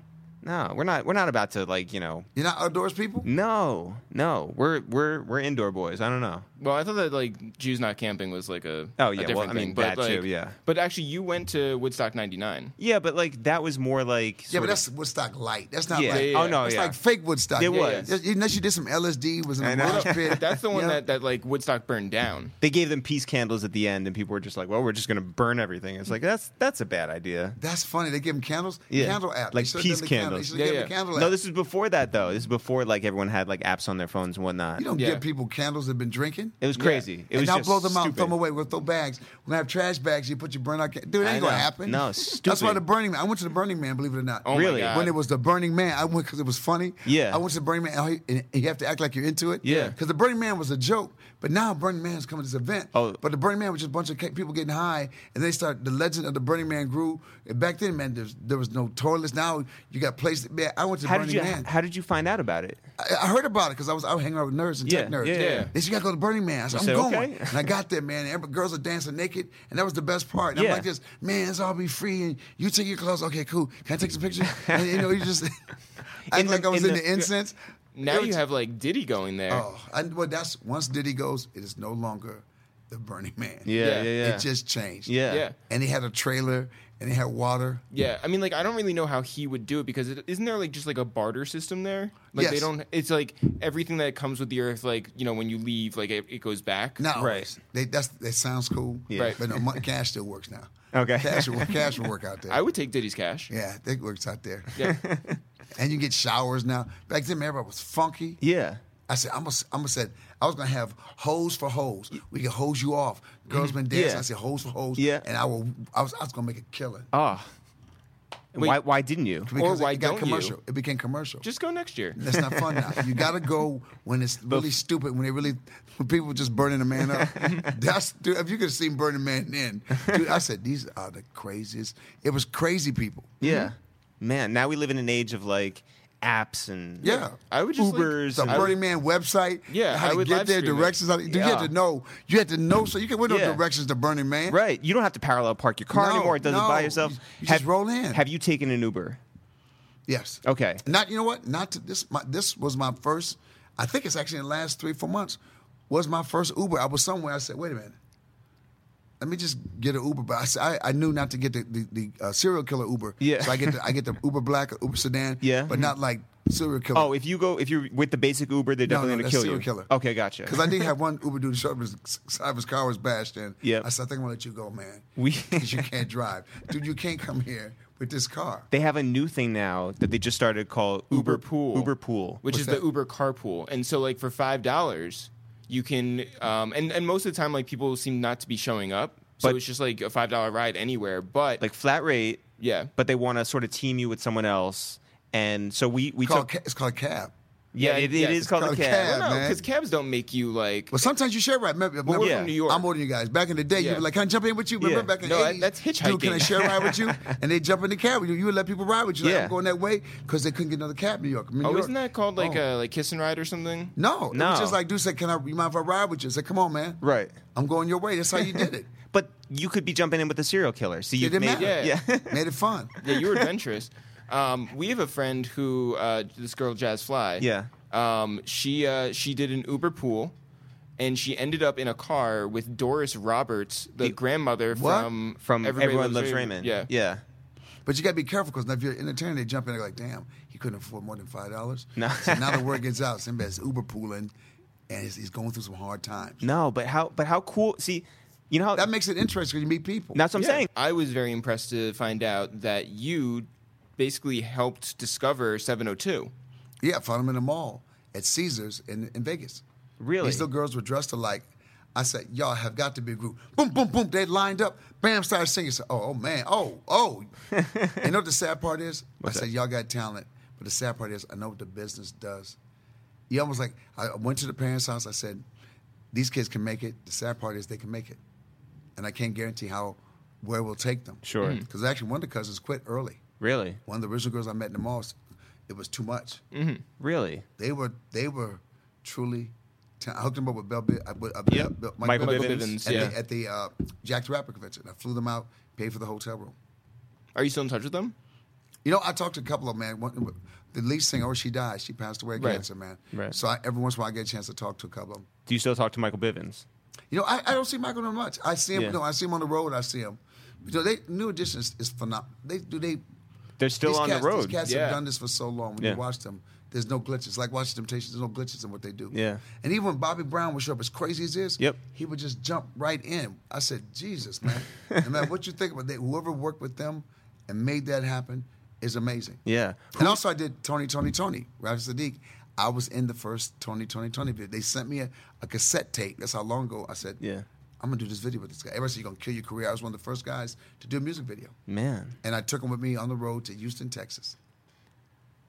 S1: no, We're not. We're not about to like you know.
S2: You're not outdoors people.
S1: No, no. We're we're we're indoor boys. I don't know.
S3: Well, I thought that like Jews not camping was like a
S1: Oh,
S3: a
S1: yeah, well,
S3: different
S1: I
S3: thing,
S1: mean,
S3: but,
S1: that too,
S3: like-
S1: yeah.
S3: But actually, you went to Woodstock '99.
S1: Yeah, but like that was more like.
S2: Yeah,
S1: sort
S2: but
S1: of-
S2: that's Woodstock light. That's not
S1: Yeah.
S2: like
S3: yeah,
S1: Oh no.
S2: It's
S1: yeah.
S2: like fake Woodstock.
S1: It
S2: Yeah,
S1: was.
S2: yeah. Unless you did some LSD, was in
S1: I
S2: a
S1: know.
S2: mosh pit.
S3: That's the one
S2: Yeah.
S3: that, that like Woodstock burned down.
S1: they gave them peace candles at the end, and people were just like, "Well, we're just going to burn everything." It's like that's that's a bad idea.
S2: That's funny. They give them candles.
S1: Yeah.
S2: Candle app.
S1: Like
S2: They should've
S1: peace
S2: done the candle.
S1: candles.
S2: They should've
S3: Yeah,
S2: given the
S3: yeah.
S2: candle
S1: No,
S2: app.
S1: this is before that though. This is before like everyone had like apps on their phones and whatnot.
S2: You don't
S3: Yeah.
S2: give people candles that have been drinking.
S1: It was
S3: Yeah.
S1: crazy. It
S2: and
S1: was
S2: now
S1: just
S2: blow them out and throw
S1: stupid.
S2: them away. We'll throw bags. We're gonna have trash bags. You put your burn out. Can- Dude, that
S1: I
S2: ain't gonna
S1: know.
S2: happen.
S1: No,
S2: That's why
S1: stupid.
S2: the Burning Man. I went to the Burning Man. Believe it or not.
S3: Oh
S1: Really?
S3: my God.
S2: When it was the Burning Man, I went because it was funny.
S1: Yeah.
S2: I went to the Burning Man, and I- and you have to act like you're into it.
S1: Yeah.
S2: Because the Burning Man was a joke, but now Burning Man's coming to this event.
S1: Oh.
S2: But the Burning Man was just a bunch of ca- people getting high, and they start the legend of the Burning Man grew. And back then, man, there's, there was no toilets. Now you got places. Man, I went to the
S1: How did
S2: Burning
S1: you
S2: Man.
S1: How did you find out about it?
S2: I, I heard about it because I was out hanging out with nerds and
S1: Yeah,
S2: tech nerds.
S1: yeah, yeah.
S2: They said, you got to go to Burning Man. I said, I'm
S1: said,
S2: going.
S1: okay.
S2: And I got there, man. And every, girls are dancing naked, and that was the best part. And
S1: Yeah.
S2: I'm like this, man, it's all be free, and you take your clothes. Okay, cool. Can I take some pictures? and, you know, you just act
S1: the-
S2: like I was
S1: in
S2: in,
S1: the-
S2: the, incense.
S3: now
S2: It
S3: you
S2: was-
S3: have like Diddy going there.
S2: Oh, I, well, that's once Diddy goes, it is no longer the Burning Man.
S1: Yeah, yeah,
S3: Yeah.
S1: yeah.
S2: It just changed.
S1: yeah.
S3: yeah.
S2: And they had a trailer, and they had water.
S3: Yeah, I mean, like, I don't really know how he would do it because it, isn't there like just like a barter system there? Like, they
S2: Yes.
S3: don't. It's like everything that comes with the earth, like you know, when you leave, like it, it goes back.
S2: Not
S1: Right.
S2: always. They, that's, that sounds cool.
S1: Yeah.
S3: Right.
S2: But no, mon- cash still works now.
S1: Okay.
S2: Cash will, cash will work out there.
S3: I would take Diddy's cash.
S2: Yeah, that works out there.
S3: Yeah.
S2: And you get showers now. Back then, everybody was funky.
S1: Yeah.
S2: I said, I'm gonna, I'm gonna said, I was gonna have hose for hose. We can hose you off.
S3: Mm-hmm.
S2: Girls been dancing.
S1: Yeah.
S2: I said hose for hose.
S1: Yeah.
S2: And I will, I was, I was gonna make a killing.
S1: Oh. And
S3: Wait.
S1: Why why didn't you?
S2: Because
S3: why
S2: it got
S3: don't you?
S2: commercial. It became commercial.
S3: Just go next year.
S2: That's not fun now. You gotta go when it's really stupid. When they really, when people just burning a man up. That's dude. If you could have seen Burning Man then, dude, I said these are the craziest. It was crazy people.
S1: Yeah. man, now we live in an age of like apps and
S2: Yeah.
S3: I would just like-
S1: Ubers.
S2: The
S1: and-
S2: Burning Man website.
S3: Yeah,
S2: how
S3: I
S2: to
S3: would
S2: get
S3: live
S2: there,
S3: stream it.
S2: directions. How to, You had
S1: Yeah.
S2: to know. You had to know. So you can. We know
S1: Yeah.
S2: directions to Burning Man.
S1: right, you don't have to parallel park your car
S2: No,
S1: anymore. It does it by
S2: no.
S1: yourself.
S2: You- you just roll in.
S1: Have you taken an Uber?
S2: Yes.
S1: Okay.
S2: Not you know what? Not to, this. My, this was my first. I think it's actually in the last three four months was my first Uber. I was somewhere. I said, wait a minute. Let me just get an Uber, but I, s- I- I knew not to get the the, the uh, serial killer Uber.
S1: Yeah.
S2: So I get the, I get the Uber Black, or Uber Sedan.
S1: Yeah.
S2: But not like serial killer.
S1: Oh, if you go, if you're with the basic Uber, they're
S2: No,
S1: definitely
S2: no,
S1: going to
S2: that's
S1: kill
S2: serial
S1: you.
S2: killer.
S1: Okay, gotcha.
S2: Because I did have one Uber dude show up, his, his car was bashed in.
S1: Yep.
S2: I said, I think I'm going to let you go, man.
S1: We-
S2: Because you can't drive. Dude, you can't come here with this car.
S1: they have a new thing now that they just started called Uber,
S3: Uber Pool.
S1: Uber Pool,
S3: which
S2: What's
S3: is
S2: that?
S3: the Uber carpool. And so like for five dollars, you can um and, and most of the time like people seem not to be showing up. So
S1: But-
S3: it's just like a five dollar ride anywhere. But
S1: like flat rate,
S3: yeah.
S1: but they want to sort of team you with someone else. And so we we
S2: Called
S1: took
S2: ca- it's called cab.
S1: yeah,
S3: Yeah,
S1: it,
S3: yeah,
S1: it is
S3: it's
S1: called a
S2: called a
S1: cab.
S2: cab.
S3: No,
S2: man.
S3: because cabs don't make you like
S2: But sometimes you share a ride. Remember,
S3: we're
S2: remember-
S1: from
S3: New York.
S2: I'm older than you guys. Back in the day,
S3: Yeah.
S2: you'd be like, can I jump in with you? Remember
S1: Yeah.
S2: back in
S3: No,
S2: the
S3: that-
S2: 80s?
S3: that's
S2: Dude, can I
S3: hitchhiking.
S2: share a ride with you? And they jump in the cab with you. You would let people ride with you. Like,
S1: Yeah.
S2: I'm going that way because they couldn't get another cab in New York. I mean, New
S3: Oh,
S2: York-
S3: isn't that called like
S2: Oh.
S3: uh like kiss and ride or something?
S2: No. It
S1: No.
S2: was just like, dude said, can I, you mind if I ride with you? I said, come on, man.
S1: Right.
S2: I'm going your way. That's how you did it.
S1: But you could be jumping in with a serial killer. So you
S2: didn't
S1: made,
S2: matter.
S1: yeah.
S2: Made it fun.
S3: Yeah, you were adventurous. um, we have a friend who uh, this girl Jazz Fly.
S1: Yeah.
S3: Um, she uh, she did an Uber pool, and she ended up in a car with Doris Roberts, the, grandmother
S2: What?
S3: from
S1: From
S3: Everybody
S1: everyone loves Raymond.
S3: Yeah.
S1: Yeah.
S2: But you got to be careful because if you're entertaining, they jump in and like, damn, he couldn't afford more than five dollars.
S1: No.
S2: so now the word gets out. Somebody's Uber pooling, and he's, he's going through some hard times.
S1: No, but how but how cool see you know how
S2: That makes it interesting. 'cause You meet people.
S1: that's what I'm
S3: Yeah.
S1: saying.
S3: I was very impressed to find out that you basically helped discover 702.
S2: yeah, I found him in the mall at Caesars in, in Vegas.
S1: Really?
S2: These little girls were dressed alike. I said, y'all have got to be a group. Boom, boom, boom. They lined up. Bam, started singing. So, oh, oh, man. Oh, oh. and you know what the sad part is? I said, y'all got talent. But the sad part is, I know what the business does. You almost like, I went to the parents' house. I said, these kids can make it. The sad part is they can make it. And I can't guarantee how, where we'll take them.
S1: Sure. Mhm.
S2: Because actually, one of the cousins quit early.
S1: Really?
S2: One of the original girls I met in the mall, it was too much
S1: Really?
S2: they were they were truly. ta- I hooked them up with Bell, Bi- uh, with, uh,
S1: Yep.
S2: Bill-
S1: Michael Bivins.
S2: at
S3: yeah.
S2: the, at the uh, Jack the Rapper convention. I flew them out, paid for the hotel room.
S3: Are you still in touch with them?
S2: You know, I talked to a couple of them, man. One, the lead singer, oh, she died. She passed away of
S3: Right.
S2: cancer, man.
S1: Right.
S2: So I, every once in a while, I get a chance to talk to a couple of them.
S1: Do you still talk to Michael Bivins?
S2: You know, I, I don't see Michael that much. I see him.
S1: Yeah.
S2: No, I see him on the road. I see him. You know, they New Edition is, is phenomenal. They do they
S1: They're still
S2: these
S1: on
S2: cats,
S1: the road.
S2: These cats
S3: Yeah.
S2: have done this for so long. When
S1: Yeah.
S2: you watch them, there's no glitches. Like watching Temptations, there's no glitches in what they do.
S1: Yeah.
S2: And even when Bobby Brown would show up, as crazy as this,
S1: Yep.
S2: he would just jump right in. I said, Jesus, man. no matter what you think about that, whoever worked with them and made that happen is amazing.
S1: Yeah.
S2: And also, I did Tony, Tony, Tony, Rafi Sadiq. I was in the first Tony, Tony, Tony video. They sent me a, a cassette tape. That's how long ago I said,
S1: Yeah.
S2: I'm going to do this video with this guy. Everybody said, You're going to kill your career. I was one of the first guys to do a music video.
S1: Man.
S2: And I took him with me on the road to Houston, Texas.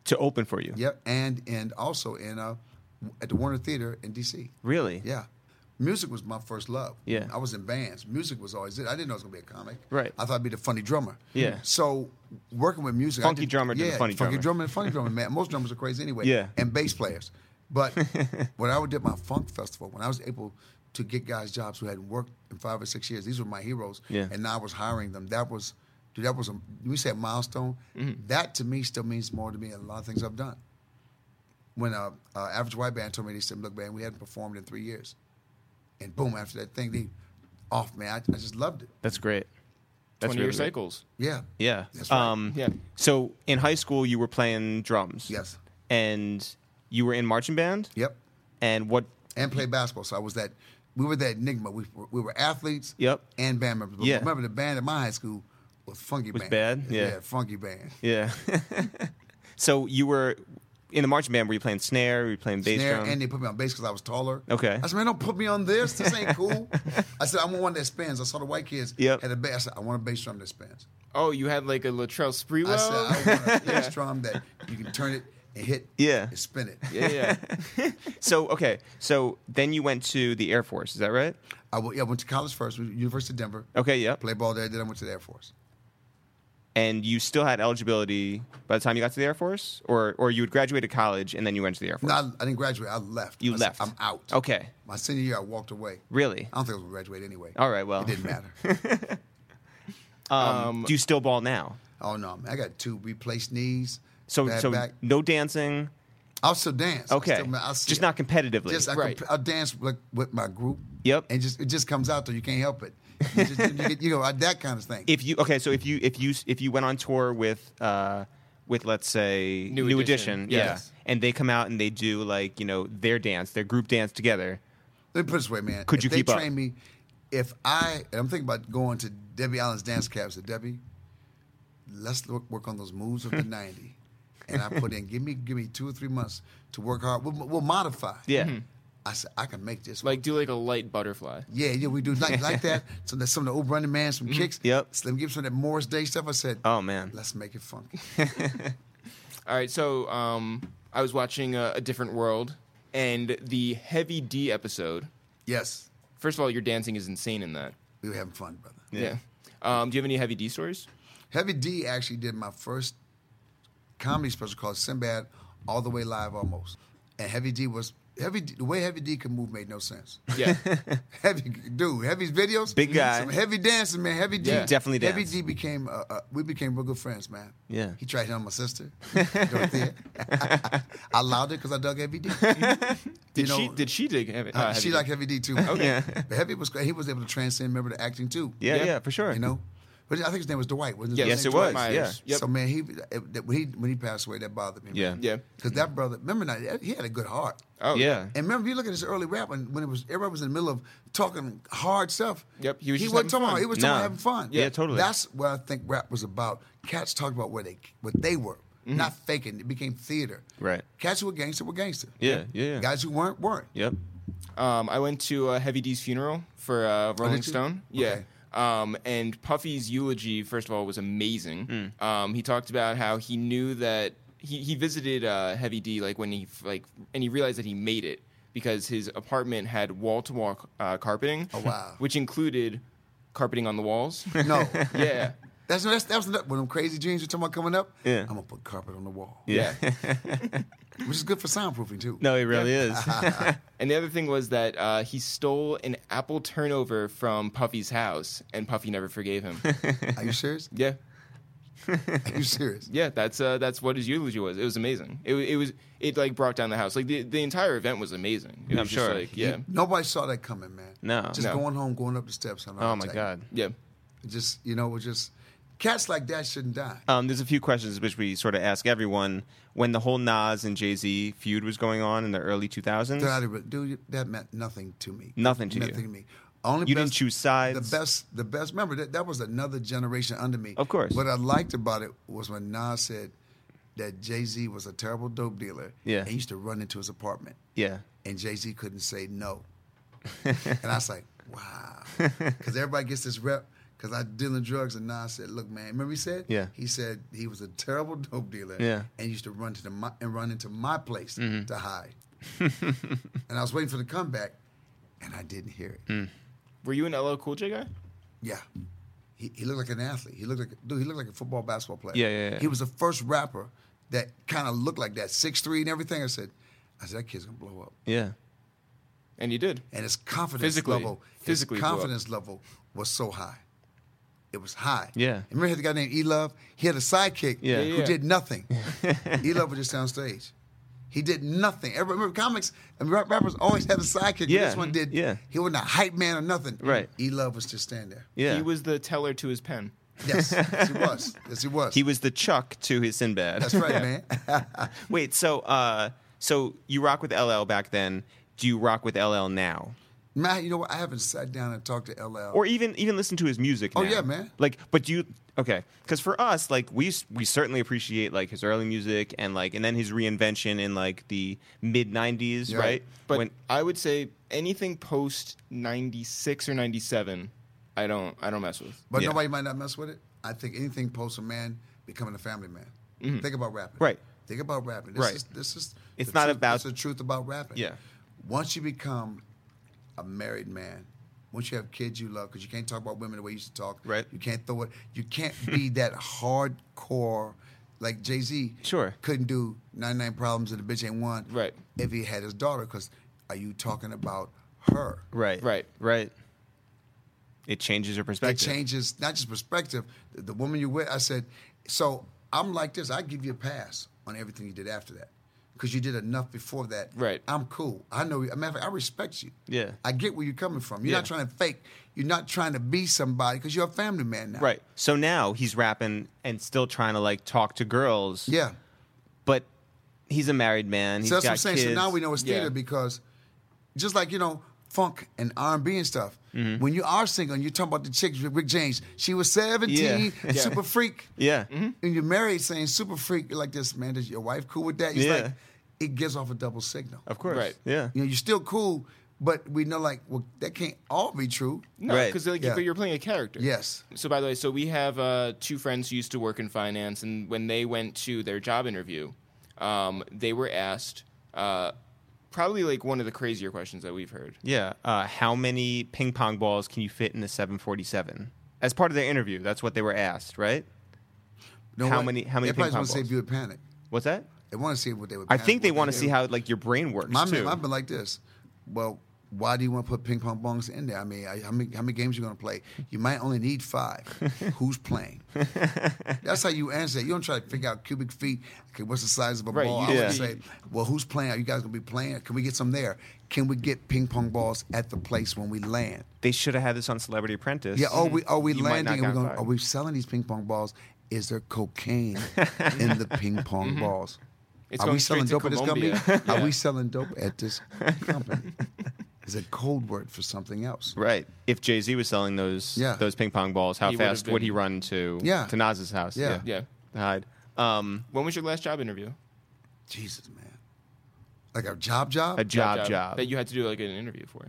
S1: To open for you.
S2: Yep, and and also in uh, at the Warner Theater in D.C.
S1: Really?
S2: Yeah, music was my first love.
S1: Yeah.
S2: I was in bands. Music was always it. I didn't know I was gonna be a comic.
S1: Right.
S2: I thought I'd be the funny drummer.
S1: Yeah.
S2: So working with music,
S1: Funky drummer to the
S2: yeah,
S1: funny
S2: funky
S1: drummer.
S2: and funny drummer. Man, most drummers are crazy anyway.
S1: Yeah.
S2: and bass players. But when I did my funk festival, when I was able to get guys jobs who hadn't worked in five or six years, these were my heroes.
S1: Yeah.
S2: and now I was hiring them. That was. Dude, that was a we said milestone. That to me still means more to me than a lot of things I've done when uh, uh, average white band told me they said, "Look, man, we hadn't performed in three years," and boom, after that thing, they off, man. I, I just loved it.
S1: That's great. That's
S3: 20
S1: really
S3: year
S1: great.
S3: cycles.
S2: Yeah,
S1: Yeah.
S2: That's right.
S1: Um,
S3: Yeah.
S1: So in high school, you were playing drums.
S2: Yes.
S1: And you were in marching band.
S2: yep.
S1: And what?
S2: And played basketball, so I was that. We were that enigma. We were- we were athletes.
S1: Yep.
S2: And band members. But
S1: Yeah.
S2: Remember the band at my high school was funky
S1: Was
S2: band.
S1: bad? Yeah.
S2: funky band.
S1: Yeah. so you were in the marching band. Were you playing snare? Were you playing bass
S2: Snare,
S1: drum?
S2: and they put me on bass because I was taller.
S1: Okay.
S2: I said, man, don't put me on this. This ain't cool. I said, I want one that spins. I saw the white kids
S1: Yep.
S2: had a bass. I said, I want a bass drum that spins.
S3: Oh, you had like a Latrell Sprewell.
S2: I said, I want a bass drum that you can turn it and hit
S1: Yeah.
S2: and spin it.
S3: yeah, yeah.
S1: so okay. So then you went to the Air Force. Is that right?
S2: I went, yeah, I went to college first, University of Denver.
S1: Okay. Yep.
S2: Played ball there, then I went to the Air Force.
S1: and you still had eligibility by the time you got to the Air Force, or or you had graduated college and then you went to the Air Force.
S2: No, I, I didn't graduate. I left.
S1: You
S2: I said,
S1: left.
S2: I'm out.
S1: Okay.
S2: My senior year, I walked away.
S1: Really?
S2: I don't think I was gonna graduate anyway.
S1: All right. Well,
S2: It didn't matter.
S1: um, do you still ball now?
S2: oh no, man, I got two replaced knees.
S1: So
S2: bad
S1: so
S2: back.
S1: no dancing.
S2: I'll still dance. I
S1: Okay.
S2: still- I still-
S1: just not competitively.
S2: Just I,
S3: Right.
S2: comp- I dance with, with my group.
S1: Yep.
S2: And just it just comes out though. You can't help it. You, just, you, get- you know that kind of thing.
S1: if you okay, so if you if you if you went on tour with uh with let's say
S3: New Edition, yes.
S1: yeah, and they come out and they do like you know their dance, their group dance together.
S2: Let me put it this way, man.
S1: Could
S2: if
S1: you
S2: they
S1: keep up?
S2: train me, if I and I'm thinking about going to Debbie Allen's dance caps at Debbie, let's look, work on those moves of the ninety. And I put in, give me give me two or three months to work hard. We'll, we'll modify.
S1: Yeah,
S2: I said I can make this. Like
S3: Like do like a light butterfly.
S2: yeah, yeah, we do like like that. So that's some of the old running man, some kicks.
S1: Mm-hmm. Yep.
S2: Slim Gibson, that Morris Day stuff. I said,
S1: Oh, man.
S2: let's make it funky.
S3: All right, so um, I was watching uh, a different world, and the heavy D episode.
S2: yes,
S3: First of all, your dancing is insane in that.
S2: we were having fun, brother.
S1: Yeah.
S3: Um, do you have any heavy D stories?
S2: Heavy D actually did my first comedy special called Sinbad All the Way Live Almost. And Heavy D was Heavy D, the way Heavy D could move made no sense.
S3: Yeah.
S2: Heavy dude, Heavy's videos,
S1: Big guy.
S2: some heavy dancing man. Heavy D
S3: Yeah.
S1: Definitely
S2: Heavy
S1: dance.
S2: D became uh, uh, we became real good friends, man.
S1: Yeah.
S2: he tried to on my sister. Dorothea. I allowed it because I dug Heavy D.
S3: did she did she dig heavy?
S2: Uh,
S3: uh,
S2: she
S3: heavy
S2: liked
S3: D?
S2: Heavy D too.
S3: Okay.
S1: Yeah.
S2: But Heavy was great. he was able to transcend remember to acting too.
S1: yeah,
S3: Yeah.
S1: yeah, for sure.
S2: you know. But I think his name was Dwight, wasn't it?
S1: Yes,
S3: Dwight
S1: it was,
S3: Myers.
S1: yeah.
S3: Yep.
S2: So man, he it- that- when he when he passed away, that bothered me.
S1: yeah,
S3: yeah.
S2: because that brother, remember now, that- he had a good heart.
S3: Oh
S1: yeah.
S2: And remember, if you look at his early rap when, when it was everybody was in the middle of talking hard stuff.
S3: Yep, he was just
S2: wasn't
S3: having
S2: talking. About,
S3: fun.
S2: he was talking
S1: Nah.
S2: about having fun.
S1: Yeah, totally.
S2: That's what I think rap was about. Cats talked about where they what they were, not faking. It became theater.
S1: Mm-hmm. Right.
S2: Cats who were gangster were gangster.
S1: Yeah, yeah, yeah.
S2: Guys who weren't weren't.
S1: Yep.
S3: Um, I went to uh, Heavy D's funeral for uh, Rolling
S2: you?
S3: Stone. Yeah. Um, and Puffy's eulogy, first of all, was amazing. Um, he talked about how he knew that he, he visited uh, Heavy D like when he like and he realized that he made it because his apartment had wall to wall carpeting. Oh
S2: wow.
S3: Which included carpeting on the walls.
S2: No.
S3: yeah.
S2: That's that's that was another- when them crazy dreams were talking about coming up.
S1: Yeah.
S2: I'm gonna put carpet on the wall,
S1: Yeah.
S2: which is good for soundproofing too.
S1: no, it really is.
S3: And the other thing was that uh, he stole an apple turnover from Puffy's house, and Puffy never forgave him.
S2: Are you serious?
S3: yeah.
S2: Are you serious?
S3: Yeah, that's uh, that's what his eulogy was. It was amazing. It, wa- it was it like brought down the house. Like the, the entire event was amazing. It
S1: I'm
S3: was just
S1: sure.
S3: like yeah,
S2: Nobody saw that coming, man.
S1: No.
S2: Just
S3: No.
S2: going home, going up the steps. and
S1: oh
S2: I'll
S1: my
S2: tell you.
S1: god.
S3: yeah.
S2: It Just you know, it was just cats like that shouldn't die.
S1: Um, there's a few questions which we sort of ask everyone when the whole Nas and Jay Z feud was going on in the early 2000s.
S2: They're out of it. Dude, that meant nothing to me.
S1: Nothing to you.
S2: Nothing to me. Only
S1: You didn't choose sides?
S2: The best, the best. Remember that that was another generation under me.
S1: Of course.
S2: What I liked about it was when Nas said that Jay Z was a terrible dope dealer.
S1: Yeah.
S2: and he used to run into his apartment,
S1: yeah,
S2: and Jay Z couldn't say no. and I was like, wow, because everybody gets this rep. Because I dealing drugs, and Nas said, "Look, man, remember he said?
S1: Yeah.
S2: He said he was a terrible dope dealer.
S1: Yeah. Mm-hmm.
S2: And used to run to the my, and run into my place to hide. and I was waiting for the comeback, and I didn't hear it.
S1: Mm.
S3: Were you an LL Cool J guy?
S2: Yeah. He, he looked like an athlete. He looked like dude. He looked like a football basketball player.
S1: Yeah, yeah, yeah.
S2: He was the first rapper that kind of looked like that, six three and everything. I said, I said that kid's gonna blow up.
S1: yeah,
S3: And you did.
S2: and his confidence
S3: Physically-
S2: level,
S3: physically
S2: his
S3: blew up.
S2: confidence level was so high. It was high.
S1: Yeah.
S2: And remember, he had the guy named E Love. He had a sidekick
S1: Yeah. Yeah,
S2: who
S3: yeah.
S2: did nothing. e Love was just on stage. He did nothing. Everybody, remember, comics and rap- rappers always had a sidekick. but
S1: Yeah.
S2: This one did.
S1: Yeah.
S2: He wasn't a hype man or nothing.
S1: Right.
S2: E Love was just standing there.
S1: yeah.
S3: He was the teller to his pen.
S2: Yes. yes, he was. Yes, he was.
S1: He was the Chuck to his Sinbad.
S2: That's right, man.
S1: Wait, so uh, so you rock with LL back then? Do you rock with LL now,
S2: Matt, you know what? I haven't sat down and talked to LL.
S1: or even even listen to his music?
S2: Oh,
S1: now?
S2: yeah, man.
S1: Like, but do you okay? Because for us, like we s- we certainly appreciate like his early music and like and then his reinvention in like the mid '90s,
S2: Yeah.
S1: right?
S3: But I would say anything post ninety six or ninety seven, I don't I don't mess with.
S2: But
S1: Yeah.
S2: nobody might not mess with it. I think anything post a man becoming a family man. Think about rapping.
S1: Mm-hmm. Right.
S2: Think about rapping. This
S1: Right.
S2: Is, this is.
S1: It's
S2: the
S1: not
S2: truth-
S1: about-
S2: It's the truth about rapping.
S1: Yeah.
S2: Once you become a married man, once you have kids you love, because you can't talk about women the way you used to talk.
S1: Right.
S2: You can't throw it. You can't be that hardcore, like Jay Z.
S1: Sure.
S2: Couldn't do 99 problems and the bitch ain't one.
S3: Right.
S2: If he had his daughter, because are you talking about her?
S1: Right.
S3: Right.
S1: Right. It changes your
S2: It
S1: perspective.
S2: changes not just perspective. The, the woman you with, I said. So I'm like this. I give you a pass on everything you did after that, because you did enough before that.
S3: Right.
S2: I'm cool. I know. you. Matter of fact, I respect you.
S1: Yeah.
S2: I get where you're coming from. You're
S1: Yeah.
S2: not trying to fake. You're not trying to be somebody because you're a family man now.
S1: Right. So now he's rapping and still trying to like talk to girls.
S2: Yeah.
S1: But he's a married man. He's
S2: so that's what
S1: got
S2: I'm saying. So
S1: kids.
S2: now we know it's
S3: Yeah.
S2: theater because, just like you know, funk and R and B and stuff.
S1: Mm-hmm.
S2: When you are single, and you're talking about the chick Rick James, she was 17
S1: Yeah.
S2: and
S3: Yeah.
S2: super freak.
S1: Yeah.
S3: Mm-hmm.
S2: and you're married saying super freak you're like this, man, is your wife cool with that? It's
S1: Yeah.
S2: like it gives off a double signal.
S1: Of course.
S3: Right.
S1: Yeah.
S2: You know, you're still cool, but we know like, well, that can't all be true.
S3: No,
S1: Right.
S3: because like,
S2: Yeah.
S3: but you're playing a character.
S2: Yes.
S3: So by the way, so we have uh, two friends who used to work in finance, and when they went to their job interview, um, they were asked uh, probably like one of the crazier questions that we've heard.
S1: Yeah. Uh, how many ping pong balls can you fit in a 747? As part of their interview, that's what they were asked, right?
S2: You know
S1: How
S2: what?
S1: many- how many
S2: They probably
S1: ping pong
S2: want to see if
S1: balls?
S2: you would panic.
S1: What's that?
S2: They want to see what they would.
S1: I
S2: Panic,
S1: think they
S2: what
S1: want to
S2: do.
S1: see how like your brain works
S2: My
S1: too.
S2: man, I've been like this. Well, why do you want to put ping pong bongs in there? I mean, I, how many how many games you going to play? You might only need five. Who's playing? That's how you answer. that. You don't try to figure out cubic feet. Okay, what's the size of a
S3: Right,
S2: ball?
S3: you-
S2: I
S1: Yeah.
S2: would say, well, who's playing? Are you guys going to be playing? Can we get some there? Can we get ping pong balls at the place when we land?
S1: they should have had this on Celebrity Apprentice.
S2: Yeah. Are we are we
S1: You might not
S2: landing? Are we,
S1: gotten
S2: going,
S1: fired.
S2: are we selling these ping pong balls? Is there cocaine in the ping pong balls?
S3: Mm-hmm. It's
S2: are
S3: going
S2: we selling
S3: straight
S2: dope
S3: to
S2: at this company?
S3: Colombia.
S2: Are
S3: Yeah.
S2: we selling dope at this company? Is a code word for something else.
S1: Right. If Jay Z was selling those
S2: Yeah.
S1: those ping pong balls, how
S3: He would've
S1: fast would
S3: been-
S1: he run to
S2: Yeah.
S1: to Nas's house?
S2: Yeah.
S3: Yeah.
S1: To hide. Um,
S3: When was your last job interview?
S2: Jesus, man. Like a job, job.
S1: a job, job.
S3: that you had to do like an interview for.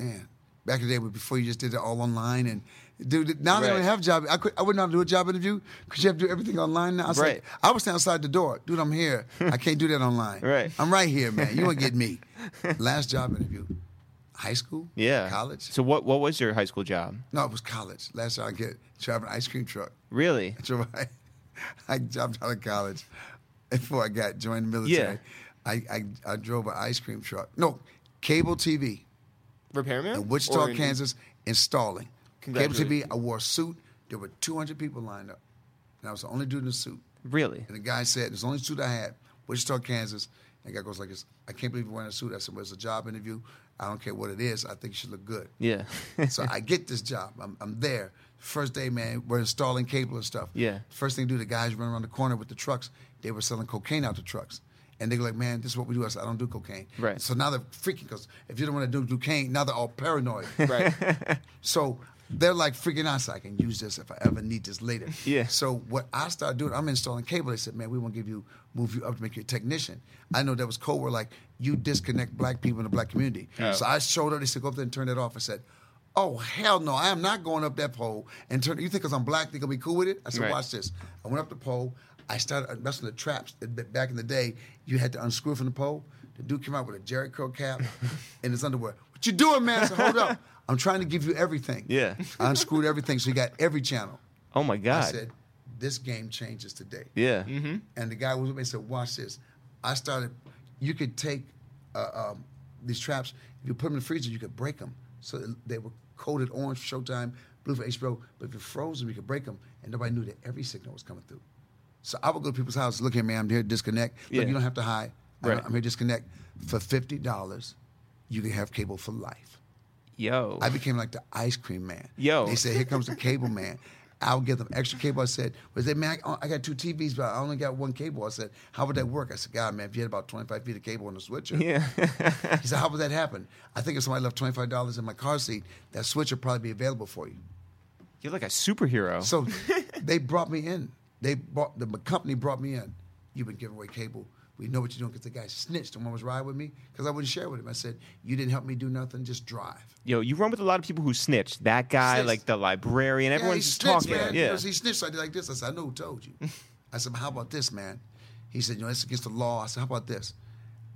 S2: man. Back in the day, before you just did it all online and dude, now they
S3: Right.
S2: don't have job. I could, I would not do a job interview because you have to do everything online now. I was
S1: Right.
S2: like, I was outside the door, dude. I'm here. I can't do that online.
S1: Right.
S2: I'm right here, man. You won't get me. Last job interview, high school.
S1: yeah.
S2: College.
S1: So what what was your high school job?
S2: no, it was college. Last job I get driving an ice cream truck.
S1: Really?
S2: That's right. I dropped out of college before I got joined the military.
S1: Yeah.
S2: I, I I drove an ice cream truck. No, cable TV.
S3: Repairman?
S2: in Wichita,
S3: Or in-
S2: Kansas, installing. Cable
S3: Congratulations.
S2: TV, I wore a suit. There were 200 people lined up. And I was the only dude in the suit.
S1: Really?
S2: And the guy said, "It's the only suit I had, Wichita, Kansas." And the guy goes like this, "I can't believe you're wearing a suit." I said, "Well, it's a job interview. I don't care what it is. I think you should look good."
S1: Yeah.
S2: so I get this job. I'm, I'm there. First day, man, we're installing cable and stuff.
S1: Yeah.
S2: First thing to do, the guys run around the corner with the trucks. They were selling cocaine out the trucks. And they go like, man, this is what we do. I said, I don't do cocaine.
S1: Right.
S2: So now they're freaking because if you don't want to do cocaine, now they're all paranoid.
S3: Right.
S2: So they're like freaking out. So I can use this if I ever need this later.
S1: Yeah.
S2: So what I started doing, I'm installing cable. They said, man, we want to give you move you up to make you a technician. I know that was code word like you disconnect black people in the black community.
S3: Oh.
S2: So I showed up. They said, go up there and turn that off. I said. Oh hell no! I am not going up that pole and turn. You think because I'm black, they gonna be cool with it? I said,
S1: Right.
S2: watch this. I went up the pole. I started messing with the traps. Back in the day, you had to unscrew from the pole. The dude came out with a Jerry curl cap and his underwear. What you doing, man? I said, hold up. I'm trying to give you everything.
S1: Yeah.
S2: I unscrewed everything, so he got every channel.
S1: oh my
S2: I
S1: god. Mm-hmm.
S2: said, this game changes today.
S1: yeah.
S3: Mm-hmm.
S2: And the guy was with me and said, watch this. I started, you could take uh, um, these traps, if you put them in the freezer, you could break them. So they were coated orange for Showtime, blue for HBO, but if you froze them, you could break them. And nobody knew that every signal was coming through. So I would go to people's houses, look here, man, I'm here to disconnect. Look,
S1: Yeah.
S2: you don't have to hide. I'm-
S1: Right.
S2: I'm here to disconnect. For $50, you can have cable for life.
S1: Yo.
S2: I became like the ice cream man.
S1: Yo.
S2: They said, here comes the cable man. I'll give them extra cable. I said, was that man? I I got two TVs, but I only got one cable. I said, how would that work? I said, God, man, if you had about 25 feet of cable on the switcher.
S1: yeah.
S2: He said, how would that happen? I think if somebody left $25 in my car seat, that switch would probably be available for you.
S1: You're like a superhero.
S2: So they brought me in. They brought the company brought me in. You've been giving away cable. We know what you're doing because the guy snitched and one was riding with me because I wouldn't share with him. I said, you didn't help me do nothing, just drive.
S1: Yo, you run with a lot of people who snitch. That guy,
S2: Snitch.
S1: like the librarian,
S2: Yeah,
S1: everyone's
S2: he
S1: just
S2: snitched,
S1: talking.
S2: Man.
S1: Yeah.
S2: Because he snitched. So I did like this. I said, I know who told you. I said, but how about this, man? He said, you know, that's against the law. I said, how about this?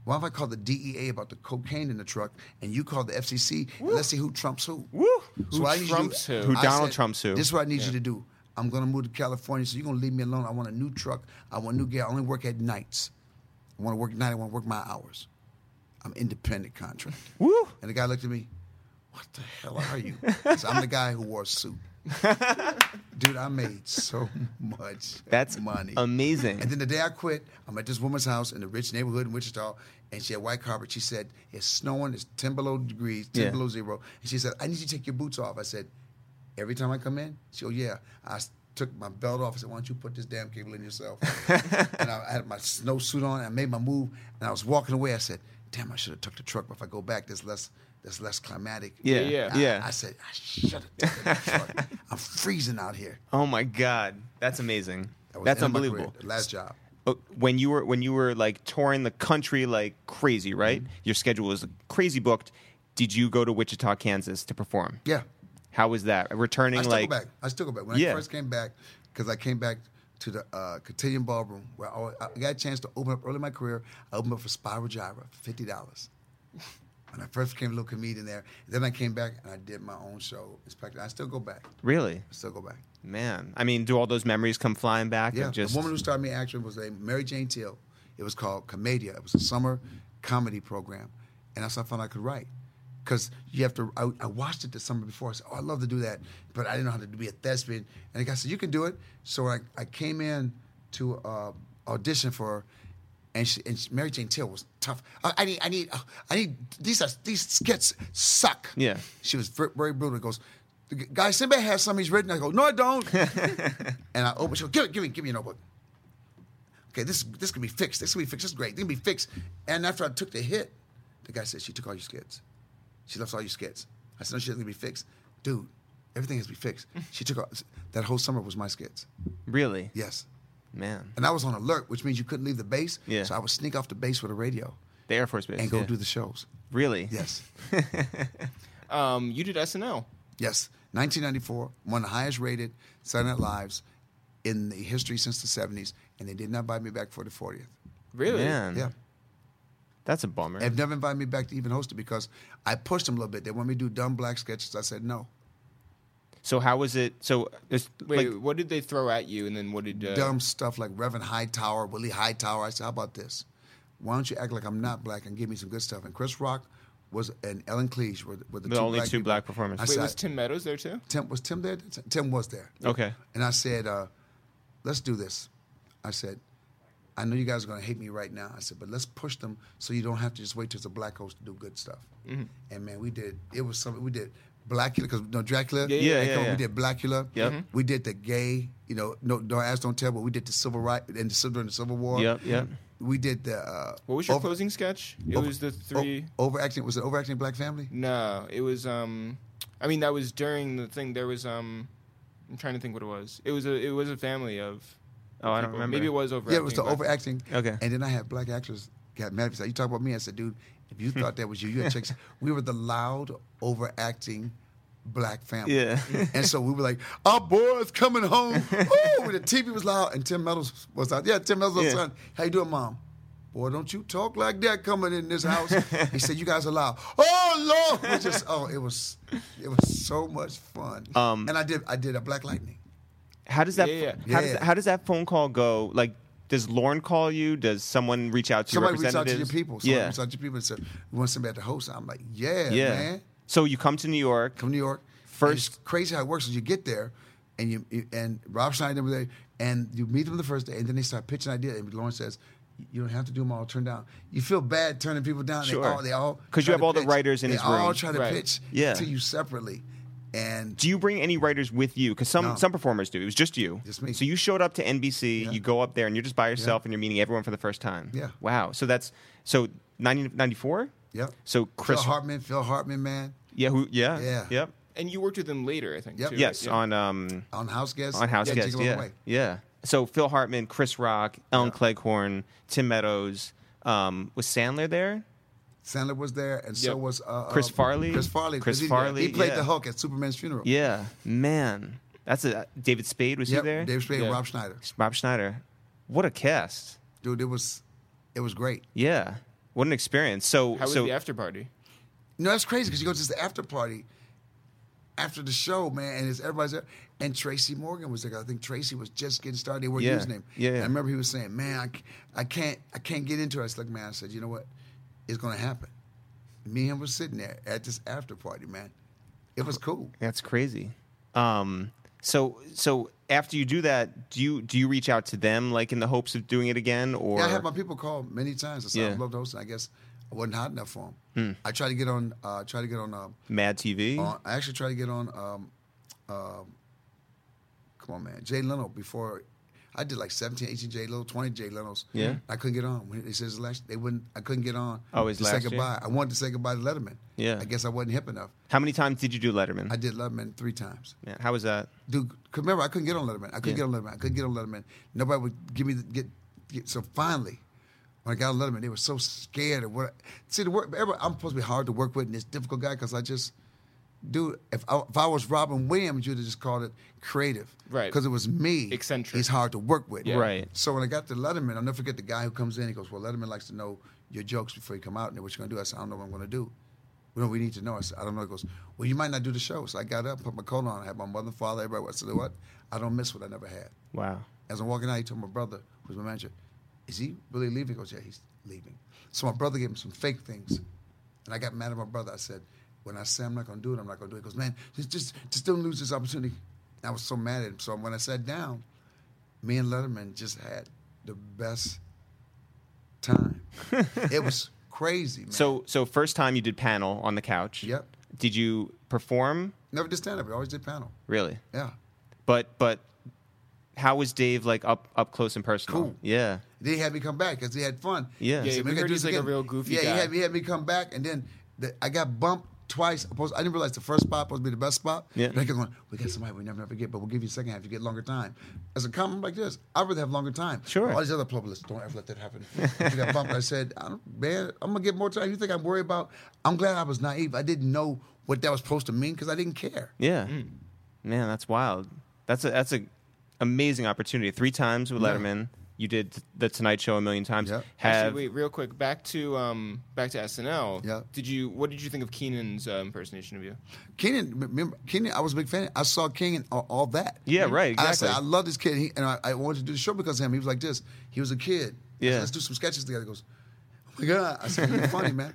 S2: Why don't I call the DEA about the cocaine in the truck and you call the FCC and let's see who trumps who?
S1: Woo!
S2: So what I need you to do-
S3: trumps who?
S1: Who
S2: I
S1: Donald Trump's who?
S2: This is what I need you to do. I'm gonna move to California, so you're gonna leave me alone. I want a new truck. I want a new gear. I only work at nights. I want to work at night. I want to work my hours. I'm independent contract.
S1: Woo!
S2: And the guy looked at me, what the hell are you? So I'm the guy who wore a suit. Dude, I made so much
S1: That's
S2: money.
S1: amazing.
S2: And then the day I quit, I'm at this woman's house in a rich neighborhood in Wichita, and she had white carpet. She said, It's snowing, it's 10 below degrees, 10
S1: Yeah.
S2: below zero. And she said, I need you to take your boots off. I said, Every time I come in? She goes, Yeah. I s- took my belt off. I said, Why don't you put this damn cable in yourself? and I had my snowsuit on, and I made my move, and I was walking away. I said, Damn, I should have took the truck, but if I go back, there's less. That's less climatic.
S1: Yeah,
S3: Yeah.
S2: I-
S1: yeah.
S2: I, said, I should have taken the truck. I'm freezing out here.
S1: Oh my god, that's amazing.
S2: That was
S1: That's
S2: the end of my career,
S1: unbelievable.
S2: the Last job.
S1: Uh, When you were when you were like touring the country like crazy,
S2: Mm-hmm.
S1: right? Your schedule was crazy booked. Did you go to Wichita, Kansas to perform?
S2: Yeah.
S1: How was that? Returning
S2: I still
S1: like
S2: go back. I still go back. When
S1: Yeah.
S2: I first came back, because I came back to the uh, Cotillion Ballroom, where I, always, I got a chance to open up early in my career. I opened up for Spiral Gyra, fifty dollars. When I first became a little comedian there, then I came back and I did my own show. It's practice. I still go back. I
S1: really,
S2: still go back.
S1: man. I mean, do all those memories come flying back?
S2: Yeah.
S1: Of just
S2: The woman who started me action was named Mary Jane Till. It was called Comedia. It was a summer comedy program, and that's how I found I could write. Because you have to, I, I watched it the summer before. I said, "Oh, I love to do that," but I didn't know how to be a thespian. And the guy said, "You can do it." So I, I came in to uh, audition for her, and, she, and she, Mary Jane Till was tough. I, I need, I need, uh, I need. These are these skits suck.
S1: Yeah.
S2: She was ver- very brutal. Goes, the g- guy Sinbad has some he's written. I go, no, I don't. and I open. She goes, give it, give me, give me your notebook. Okay, this this can be fixed. This can be fixed. This is great. This can be fixed. And after I took the hit, the guy said she took all your skits. She left all your skits. I said no, she doesn't be fixed, dude. Everything has to be fixed. She took all, that whole summer was my skits.
S1: really,
S2: Yes.
S1: man.
S2: And I was on alert, which means you couldn't leave the base.
S1: Yeah.
S2: So I would sneak off the base with a radio
S1: The Air Force Base
S2: and go
S1: yeah.
S2: do the shows.
S1: really.
S2: Yes.
S3: Um, you did SNL.
S2: Yes, 1994, one of the highest rated Saturday Night Lives in the history since the 70s, and they did not invite me back for the 40th.
S3: Really?
S1: Man,
S2: Yeah.
S1: that's a bummer.
S2: They've never invited me back to even host it because I pushed them a little bit. They wanted me to do dumb black sketches. I said no.
S1: So how was it? So it's
S3: Wait,
S1: like
S3: what did they throw at you, and then what did uh,
S2: Dumb stuff like Reverend Hightower, Willie Hightower. I said, how about this? Why don't you act like I'm not black and give me some good stuff? And Chris Rock was and Ellen Cleage were, were the,
S1: the
S2: two
S1: only
S2: black
S1: two
S2: people.
S1: black performers.
S2: I
S3: Wait,
S2: said-
S3: was Tim Meadows there too?
S2: Tim was Tim there? Tim was there.
S1: okay.
S2: And I said, uh, let's do this. I said, I know you guys are going to hate me right now. I said, but let's push them so you don't have to just wait till it's a black host to do good stuff.
S3: Mm-hmm.
S2: And man, we did, it was something, we did Blackula, because no, Dracula.
S3: Yeah, yeah, Mm-hmm.
S2: and
S1: yeah,
S2: come-
S1: yeah.
S2: We did Blackula.
S1: Yep. Mhm.
S2: We did the gay, you know, no, don't ask, don't tell, but we did the civil right and the, during the Civil War.
S1: Yep, yep.
S2: We did the. Uh,
S3: What was your
S2: over-
S3: closing sketch? It
S2: over-
S3: was the three.
S2: o- overacting, was it overacting black family?
S3: No, it was. Um, I mean, that was during the thing. There was. Um, I'm trying to think what it was. It was a. It was a family of.
S1: Oh, I don't
S3: people.
S1: remember.
S3: Maybe it was over.
S2: Yeah, it was the overacting.
S1: Okay.
S2: And then I had black actors got mad at me. So you talk about me. I said, dude, if you thought that was you, you had chicks. We were the loud, overacting black family.
S1: Yeah.
S2: and so we were like, our boy's coming home. Oh, the TV was loud. And Tim Meadows was out. Yeah, Tim Meadows was
S1: Yeah.
S2: son. How you doing, mom? Boy, don't you talk like that coming in this house. he said, you guys are loud. Oh, Lord. We just, oh, it was, it was so much fun.
S1: Um,
S2: and I did, I did a Black Lightning.
S1: How does that?
S3: Yeah, yeah.
S1: How, does,
S2: Yeah.
S1: how does that phone call go? Like, does Lauren call you? Does someone reach out to
S2: Somebody
S1: your
S2: reached out to your
S1: representatives?
S2: people. Somebody
S1: yeah,
S2: reached out to your people and said, "We want somebody to host." I'm like, "Yeah,
S1: yeah.
S2: man,
S1: So you come to New York.
S2: come to New York."
S1: First-
S2: And it's crazy how it works is you get there, and you you- and Rob Schneider was there, and you meet them the first day, and then they start pitching ideas, and Lauren says. You don't have to do them all turned down. You feel bad turning people down.
S1: Sure.
S2: They all, they all
S1: 'Cause you
S2: try
S1: have
S2: to
S1: all the
S2: pitch.
S1: writers in
S2: they
S1: his
S2: all
S1: room.
S2: try to
S3: Right.
S2: pitch
S1: Yeah.
S2: to you separately, and
S1: Do you bring any writers with you? Because some
S2: No.
S1: some performers do. It was just you.
S2: Just me.
S1: So you showed up to NBC.
S2: Yeah.
S1: You go up there and you're just by yourself and you're meeting everyone for the first time.
S2: Yeah.
S1: Wow. So that's so 1994.
S2: Yep.
S1: So
S2: Phil
S1: Chris.
S2: Hartman, Phil Hartman, man,
S1: Yeah. Who? Yeah.
S2: Yeah.
S1: Yep.
S3: And you worked with them later, I think.
S2: Yep.
S3: Too,
S1: Yes.
S3: right?
S1: On um.
S2: on House Guest,
S1: on House
S2: yeah,
S1: Guest.
S2: Jingle All the
S1: Yeah,
S2: Way.
S1: yeah. So Phil Hartman, Chris Rock, Ellen Cleghorn, Tim Meadows. Um, was Sandler there?
S2: Sandler was there, and so
S3: Yep.
S2: was uh,
S1: Chris
S2: uh,
S1: Farley?
S2: Chris Farley.
S1: Chris
S2: 'cause he-
S1: Farley,
S2: He played
S1: yeah.
S2: the Hulk at Superman's funeral.
S1: Yeah, man, that's a David Spade was
S2: Yep,
S1: he there?
S2: David Spade and
S3: Yeah.
S2: Rob Schneider.
S1: Rob Schneider. What a cast!
S2: Dude, it was, it was great.
S1: Yeah, What an experience. So,
S3: How was
S1: so
S3: the after party?
S2: No, that's crazy because you go to this after party after the show, man, and it's everybody's there. And Tracy Morgan was there. I think Tracy was just getting started. They were
S1: Yeah.
S2: using him.
S1: Yeah, yeah.
S2: I remember he was saying, "Man, I, c- I can't, I can't get into it." I was like, "Man," I said, "You know what? It's going to happen." Me and him was sitting there at this after party, man. It was cool.
S1: that's crazy. Um, so, so after you do that, do you do you reach out to them like in the hopes of doing it again, or
S2: Yeah, I had my people call many times. I said,
S1: Yeah. Hmm.
S2: "I loved hosting." I guess I wasn't hot enough for him. I tried to get on. Uh, tried to get on. Uh,
S1: Mad TV?
S2: on, I actually tried to get on. Um, um, come on, man, Jay Leno. Before I did like 17, 18 Jay Leno, twenty Jay Lenos.
S1: Yeah.
S2: I couldn't get on. When they said his last, they wouldn't. I couldn't get on.
S1: Oh, his
S2: to
S1: last
S2: say
S1: year?
S2: goodbye. I wanted to say goodbye to Letterman.
S1: Yeah.
S2: I guess I wasn't hip enough.
S1: How many times did you do Letterman?
S2: I did Letterman three times.
S1: Yeah, How was that?
S2: Dude, 'cause remember I couldn't get on Letterman. I couldn't
S1: Yeah.
S2: get on Letterman. I couldn't get on Letterman. Nobody would give me the, get, get. So finally, when I got on Letterman, they were so scared of what. I, see, the work. everybody- I'm supposed to be hard to work with, and this difficult guy because I just, dude. If I, if I was Robin Williams, you'd have just called it creative,
S3: Right.
S2: Because it was me.
S3: Eccentric.
S2: He's hard to work with,
S3: Yeah.
S1: Right.
S2: So when I got to Letterman, I'll never forget the guy who comes in. He goes, "Well, Letterman likes to know your jokes before you come out, and what you're gonna do." I said, "I don't know what I'm gonna do." We don't. We need to know. I said, "I don't know." He goes, "Well, you might not do the show." So I got up, put my coat on. I had my mother, and father, everybody. I said, "You know "What? I don't miss what I never had."
S1: Wow.
S2: As I'm walking out, he told my brother, who's my manager, "Is he really leaving?" He goes, "Yeah, he's leaving." So my brother gave him some fake things, and I got mad at my brother. I said, "When I say I'm not gonna do it, I'm not gonna do it." He goes, "Man, just just just don't lose this opportunity." And I was so mad at him. So when I sat down, me and Letterman just had the best time. it was crazy, man.
S1: So, so first time you did panel on the couch.
S2: Yep.
S1: Did you perform?
S2: never did stand up. We always did panel.
S1: Really?
S2: Yeah.
S1: But, but how was Dave like up up close and personal?
S2: Cool.
S1: Yeah.
S2: They had me come back because they had fun.
S1: Yeah.
S2: He
S1: Yeah,
S2: said,
S3: we
S2: gotta
S3: heard
S2: do
S3: he's
S2: this
S3: like a
S2: again."
S3: real goofy
S2: yeah,
S3: guy.
S2: he had, he had me come back, and then the, I got bumped twice. Supposed- I didn't realize the first spot was supposed to be the best spot.
S1: Yeah.
S2: But I kept going, we got somebody we never, never get, but we'll give you a second half. You get longer time. As a comment like this, I'd rather have longer time.
S1: Sure.
S2: All these other publicists, don't ever let that happen. I got bumped. I said, I don't, man, I'm going to get more time. You think I'm worried about, I'm glad I was naive. I didn't know what that was supposed to mean because I didn't care.
S1: Yeah. Man, that's wild. That's a that's a amazing opportunity. Three times with Letterman. You did the Tonight Show a million times.
S2: Yep.
S1: Have
S3: Actually, wait, real quick, back to um, back to SNL.
S2: Yeah.
S3: Did you? What did you think of Keenan's uh, impersonation of you?
S2: Kenan, remember, Kenan, I was a big fan. I saw Kenan all, all that.
S1: Yeah, right, exactly.
S2: I said, I love this kid. He, and I, I wanted to do the show because of him. He was like this. He was a kid. I
S1: Yeah.
S2: said, Let's do some sketches together. He goes, oh my God. I said, you're funny, man.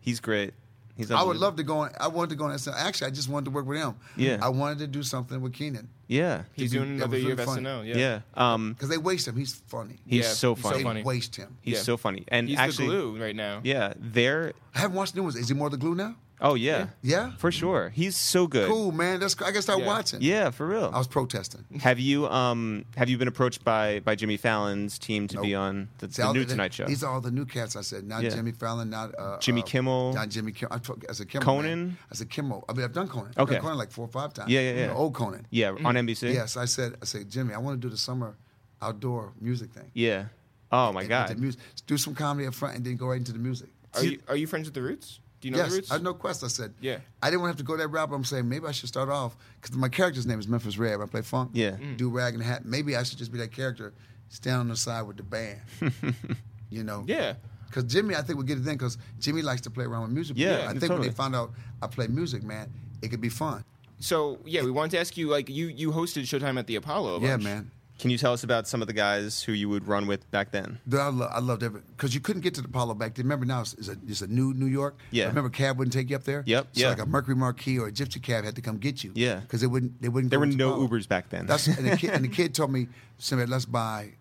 S1: he's great. He's
S2: I would
S1: unbelievable.
S2: love to go on. I wanted to go on SNL. Actually, I just wanted to work with him.
S1: Yeah.
S2: I wanted to do something with Kenan
S1: Yeah.
S3: He's
S2: It'd
S3: doing
S2: be-
S3: another
S2: it was
S3: year of
S2: really fun.
S3: SNL. Yeah.
S1: Yeah. Um
S2: because they waste him. He's funny.
S1: he's
S3: Yeah,
S1: so
S3: he's so
S1: funny.
S2: they
S3: funny.
S2: waste him.
S1: He's
S3: Yeah.
S1: so funny. And
S3: He's
S1: actually
S3: the glue right now.
S1: Yeah, they're
S2: I haven't watched the new ones. Is he more the glue now?
S1: Oh yeah.
S2: Yeah?
S1: For sure. He's so good.
S2: Cool, man. That's I got to start
S3: Yeah.
S2: watching.
S1: Yeah, for real.
S2: I was protesting.
S1: have you um have you been approached by by Jimmy Fallon's team to be
S2: Nope.
S1: on the,
S2: See,
S1: the
S2: all
S1: new
S2: the-
S1: Tonight Show?
S2: These are all the new cats. I said, not
S1: Yeah.
S2: Jimmy Fallon, not uh,
S1: Jimmy
S2: uh,
S1: Kimmel.
S2: not Jimmy Kimmel. I, talk, I said Kimmel.
S1: Conan?
S2: man. I said Kimmel. I mean, I've done Conan. I've
S1: Okay.
S2: done Conan like four or five times.
S1: Yeah, yeah, yeah.
S2: The old Conan.
S1: yeah, on NBC?
S2: Yes, I said, I said, Jimmy, I want to do the summer outdoor music thing.
S1: Yeah. Oh my
S2: And
S1: god.
S2: The music, do some comedy up front and then go right into the music.
S3: Are you Are you friends with the Roots? Do you know the
S2: yes,
S3: Roots?
S2: I know Quest. I said,
S3: Yeah.
S2: I didn't want to have to go that route, but I'm saying maybe I should start off because my character's name is Memphis Red. I play funk,
S1: Yeah. Mm.
S2: do rag and hat. Maybe I should just be that character, stand on the side with the band, you know?
S3: Yeah.
S2: Because Jimmy, I think would get it then because Jimmy likes to play around with music.
S1: Yeah,
S2: I think when
S1: totally.
S2: they found out I play music, man, it could be fun.
S3: So yeah, we wanted to ask you. Like you, you hosted Showtime at the Apollo. a
S2: Yeah,
S3: bunch.
S2: man.
S1: Can you tell us about some of the guys who you would run with back then?
S2: Dude, I, lo- I loved every because you couldn't get to the Apollo back then. Remember now it's, it's a, it's a new New York.
S1: Yeah.
S2: remember cab wouldn't take you up there.
S1: Yep,
S2: So
S1: yeah.
S2: like a Mercury Marquis or a Gypsy cab had to come get you.
S1: Yeah.
S2: Because they wouldn't. They wouldn't.
S1: There
S2: go
S1: were
S2: to
S1: no
S2: Apollo.
S1: Ubers back then.
S2: That's and the kid, and the kid told me, somebody, let's buy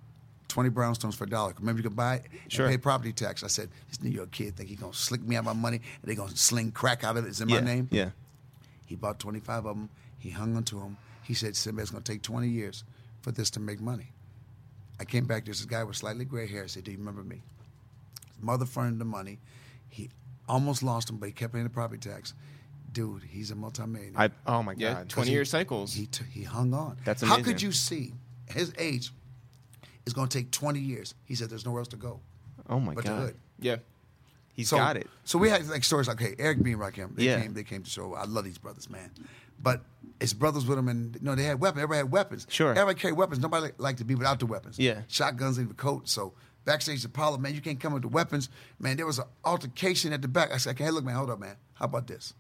S2: twenty brownstones for a dollar. Remember, you could buy it and
S1: Sure.
S2: pay property tax. I said, this New York kid think he gonna slick me out my money and they gonna sling crack out of it. It's in
S1: yeah.
S2: my name.
S1: Yeah.
S2: He bought 25 of them. He hung onto them. He said, Simba, it's going to take 20 years for this to make money. I came back. There's this guy with slightly gray hair. I said, Do you remember me? His mother fronted the money. He almost lost him, but he kept paying the property tax. Dude, he's a multimillionaire.
S1: I oh my
S3: Yeah,
S1: god.
S3: twenty year cycles.
S2: He t- he hung on.
S1: That's
S2: How could
S1: amazing.
S2: you see at his age? It's going to take 20 years. He said, There's nowhere else to go
S1: Oh my
S2: but the
S1: god.
S2: hood.
S3: yeah,
S1: He's
S2: So-
S1: got it.
S2: So we had like stories like, hey, Eric B and Rakim, they
S1: Yeah.
S2: came, they came to show. I love these brothers, man. But it's brothers with them, and you know they had weapons. Everybody had weapons.
S1: Sure.
S2: Everybody carried weapons. Nobody li- liked to be without the weapons.
S1: Yeah.
S2: Shotguns in the coat. So backstage to Apollo, man, you can't come with the weapons. Man, there was an altercation at the back. I said, okay, hey, look, man, hold up, man. How about this?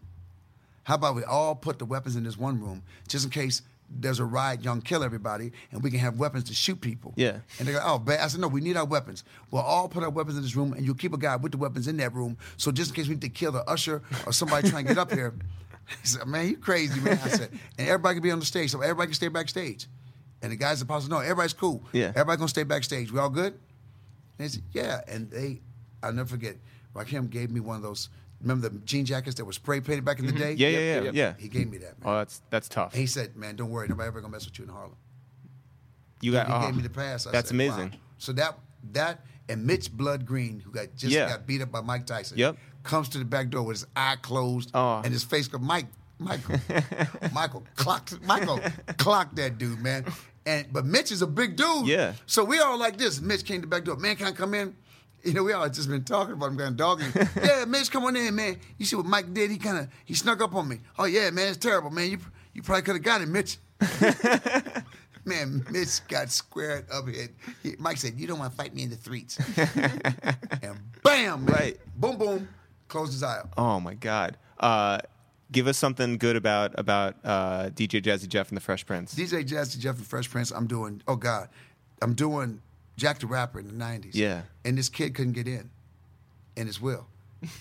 S2: How about we all put the weapons in this one room just in case there's a riot, young kill everybody, and we can have weapons to shoot people.
S1: Yeah.
S2: And they go, oh, bad. I said, no, we need our weapons. We'll all put our weapons in this room, and you'll keep a guy with the weapons in that room. So just in case we need to kill the usher or somebody trying to get up here, he said, man, you crazy, man. I said, and everybody can be on the stage, so everybody can stay backstage. And the guys at Pasta, no, everybody's cool.
S1: Yeah.
S2: Everybody gonna stay backstage. We all good? And they said, yeah. And they, I'll never forget, Rakim gave me one of those, remember the jean jackets that were spray painted back in the day?
S1: Mm-hmm. Yeah, yeah, yeah,
S3: Yep.
S1: yeah.
S2: He gave me that, man.
S1: Oh, that's that's tough.
S2: And he said, "Man, don't worry, nobody ever gonna mess with you in Harlem."
S1: You got.
S2: He
S1: oh,
S2: gave me the pass. I
S1: that's
S2: said, wow.
S1: amazing.
S2: So that that and Mitch Blood Green, who got just
S1: Yeah.
S2: got beat up by Mike Tyson,
S1: Yep.
S2: comes to the back door with his eye closed
S1: Oh.
S2: and his face go, Mike, Michael, Michael clocked Michael clocked that dude, man. And but Mitch is a big dude.
S1: Yeah.
S2: So we all like this. Mitch came to the back door. Man, can I come in? You know, we all just been talking about him kind of dogging. him. yeah, Mitch, come on in, man. You see what Mike did? He kind of he snuck up on me. Oh yeah, man, it's terrible, man. You you probably could have got him, Mitch. Man, Mitch got squared up. And he- Mike said, "You don't want to fight me in the threes." and bam, man.
S1: Right.
S2: boom, boom, closed his eye. Up.
S1: Oh my God. Uh, give us something good about about uh, DJ Jazzy Jeff and the Fresh Prince.
S2: DJ Jazzy Jeff and Fresh Prince. I'm doing. Oh God, I'm doing Jack the Rapper in the '90s.
S1: Yeah.
S2: And this kid couldn't get in, and his will.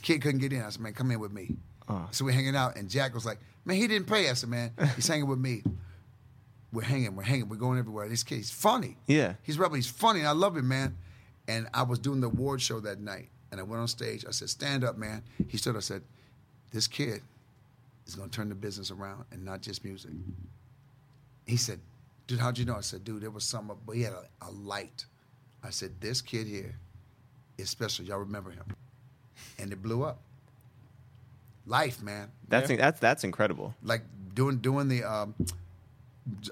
S2: Kid couldn't get in. I said, "Man, come in with me."
S1: Uh.
S2: So we're hanging out, and Jack was like, "Man, he didn't pay." I said, "Man, he's hanging with me." We're hanging, we're hanging, we're going everywhere. This kid, he's funny.
S1: Yeah.
S2: He's rebel. He's funny. And I love him, man. And I was doing the award show that night, and I went on stage. I said, "Stand up, man." He stood. I said, "This kid is going to turn the business around, and not just music." He said, "Dude, how'd you know?" I said, "Dude, there was some, but he had a, a light." I said, "This kid here is special. Y'all remember him?" And it blew up. Life, man
S1: That's
S3: Yeah.
S1: that's that's incredible.
S2: like doing doing the um,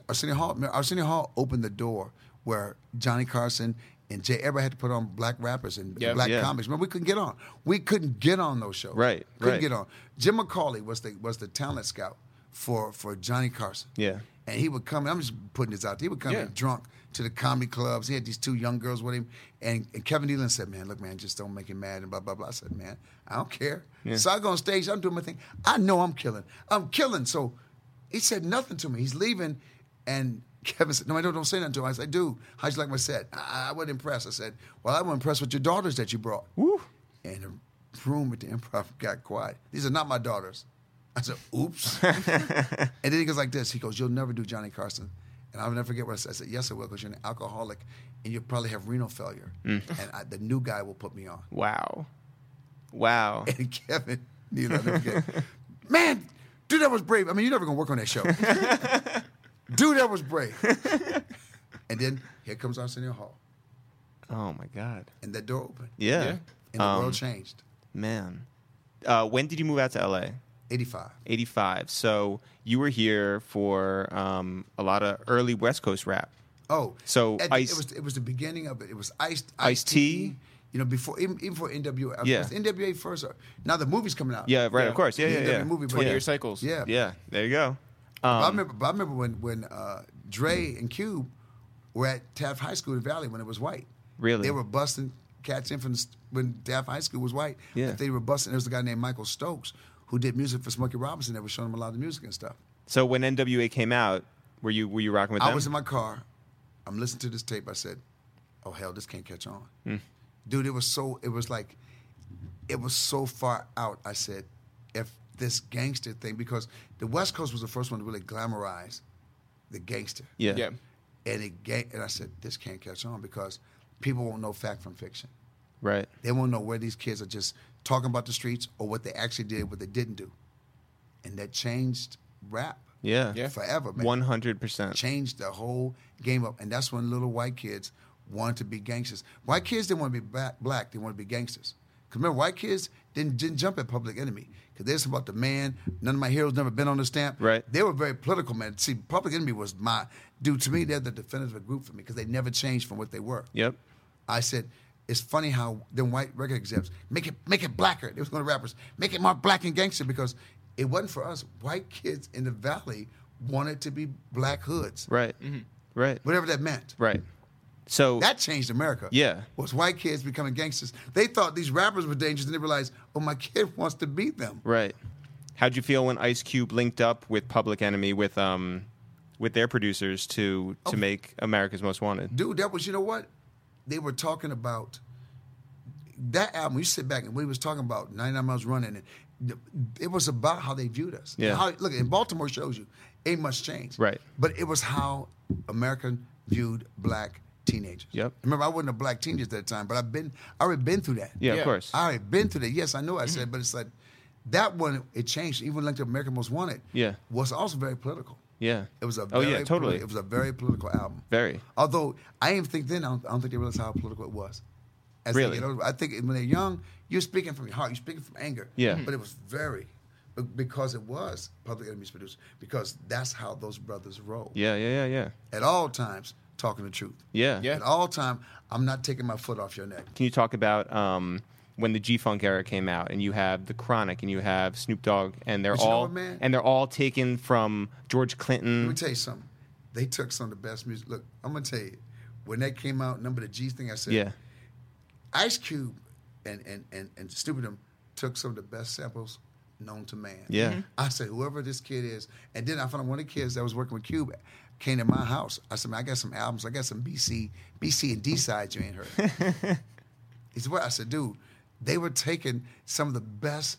S2: Arsenio Hall. Arsenio Hall opened the door where Johnny Carson and Jay Ever had to put on black rappers and
S3: Yep.
S2: black
S1: Yeah.
S2: comics. Man, we couldn't get on. We couldn't get on those shows.
S1: Right,
S2: Couldn't
S1: right.
S2: get on. Jim McCauley was the was the talent scout for for Johnny Carson.
S1: Yeah.
S2: And he would come. I'm just putting this out. there. He would come
S3: Yeah.
S2: in drunk to the comedy clubs. He had these two young girls with him, and, and Kevin Nealon said, "Man, look, man, just don't make him mad." And blah blah blah. I said, "Man, I don't care." So I go on stage. I'm doing my thing. I know I'm killing. I'm killing. So he said nothing to me. He's leaving, and Kevin said, "No, I don't, don't say nothing to him." I said, "Dude, how'd you like my set?" I, I wasn't impressed. I said, "Well, I was impressed with your daughters that you brought."
S1: Woo.
S2: And the room at the improv got quiet. These are not my daughters. I said, oops. and then he goes like this. He goes, you'll never do Johnny Carson. And I'll never forget what I said. I said, yes, I will, because you're an alcoholic and you'll probably have renal failure. And I, the new guy will put me on.
S1: Wow. Wow.
S2: And Kevin, neither I'll never forget. Man, dude, that was brave. I mean, you're never going to work on that show. dude, that was brave. and then here comes Arsenio Hall.
S1: Oh my God.
S2: And that door opened.
S1: Yeah.
S2: And the
S1: Um,
S2: world changed.
S1: Man. Uh, when did you move out to LA?
S2: 85.
S1: 85. So you were here for um, a lot of early West Coast rap.
S2: Oh,
S1: So
S2: at the-
S1: Ice-
S2: it was it was the beginning of it. It was Ice
S1: Ice T.
S2: You know, before even, even for NWA,
S1: Yeah.
S2: Uh, was NWA first. Or, now the movie's coming out.
S1: Yeah, right,
S3: Yeah.
S1: of course. Yeah,
S2: The
S1: yeah,
S2: NWA
S1: yeah.
S2: movie, but-
S3: 20 year cycles.
S2: Yeah,
S1: Yeah, there you go.
S2: But I
S1: Um,
S2: remember. But I remember when when uh, Dre and Cube were at Taft High School in the Valley when it was white.
S1: Really?
S2: they were busting cats in from the st- when Taft High School was white.
S1: Yeah.
S2: they were busting. There was a guy named Michael Stokes who did music for Smokey Robinson that was showing him a lot of the music and stuff.
S1: so when NWA came out, were you were you rocking with
S2: I
S1: them?
S2: was in my car. I'm listening to this tape. I said, "Oh hell, this can't catch on,
S1: Hmm.
S2: dude." It was so. It was like, it was so far out. I said, "If this gangster thing," because the West Coast was the first one to really glamorize the gangster,
S1: yeah.
S3: Yeah.
S2: and it ga- and I said, "This can't catch on because people won't know fact from fiction.
S1: Right.
S2: They won't know where these kids are just talking about the streets or what they actually did, what they didn't do," and that changed rap
S1: Yeah.
S3: Yeah.
S2: forever, man
S1: One hundred percent.
S2: changed the whole game up. And that's when little white kids wanted to be gangsters. White kids didn't want to be black, black they wanted to be gangsters. Because remember, white kids didn't, didn't jump at Public Enemy. Because they're about the man, none of my heroes never been on the stamp.
S1: Right.
S2: They were very political, man. See, Public Enemy was my, dude, to me, they're the definitive group for me because they never changed from what they were.
S1: Yep.
S2: I said, it's funny how them white record execs make it make it blacker. They was going to rappers make it more black and gangster because it wasn't for us. White kids in the valley wanted to be black hoods,
S1: Right. Right.
S2: whatever that meant.
S1: Right. So
S2: Mm-hmm. That changed America.
S1: Yeah.
S2: Was white kids becoming gangsters. They thought these rappers were dangerous and they realized, oh, my kid wants to beat them.
S1: right. How'd you feel when Ice Cube linked up with Public Enemy with um with their producers to
S2: Oh.
S1: to make America's Most Wanted?
S2: Dude, that was, you know what? They were talking about that album. You sit back and we was talking about 99 Miles Running. And th- it was about how they viewed us.
S1: Yeah.
S2: How, look, in Baltimore shows you, ain't much changed.
S1: Right.
S2: But it was how American viewed black teenagers.
S1: Yep.
S2: Remember, I wasn't a black teenager at that time, but I've been, I already been through that.
S1: Yeah,
S3: Yeah.
S1: of course.
S2: I had been through that. Yes, I know I
S1: Mm-hmm.
S2: said, but it's like that one. It changed. Even like the American Most Wanted.
S1: Yeah.
S2: was also very political.
S1: yeah.
S2: It was a
S1: oh
S2: very
S1: yeah totally
S2: politi- it was a very political album.
S1: very
S2: Although I didn't think then I don't, I don't think they realized how political it was. As they
S1: Really?
S2: get older, I think when they're young, you're speaking from your heart. You're speaking from anger.
S1: Yeah.
S2: But it was very be- because it was Public Enemy's produced because that's how those brothers roll.
S1: yeah yeah yeah yeah
S2: At all times, talking the truth.
S1: yeah
S3: Yeah.
S2: At all time, I'm not taking my foot off your neck.
S1: Can you talk about um, when the G Funk era came out, and you have the Chronic, and you have Snoop Dogg, and they're
S2: But you know
S1: all
S2: what, man?
S1: and they're all taken from George
S2: Let
S1: Clinton.
S2: me tell you something. They took some of the best music. Look, I'm gonna tell you, when that came out, number the G thing I said,
S1: yeah,
S2: Ice Cube and and and and Stupidum took some of the best samples known to man.
S1: Yeah. Mhm.
S2: I said, whoever this kid is, and then I found one of the kids that was working with Cube came to my house. I said, man, I got some albums. I got some BC, BC and D sides you ain't heard. he said, what? I said, dude, they were taking some of the best,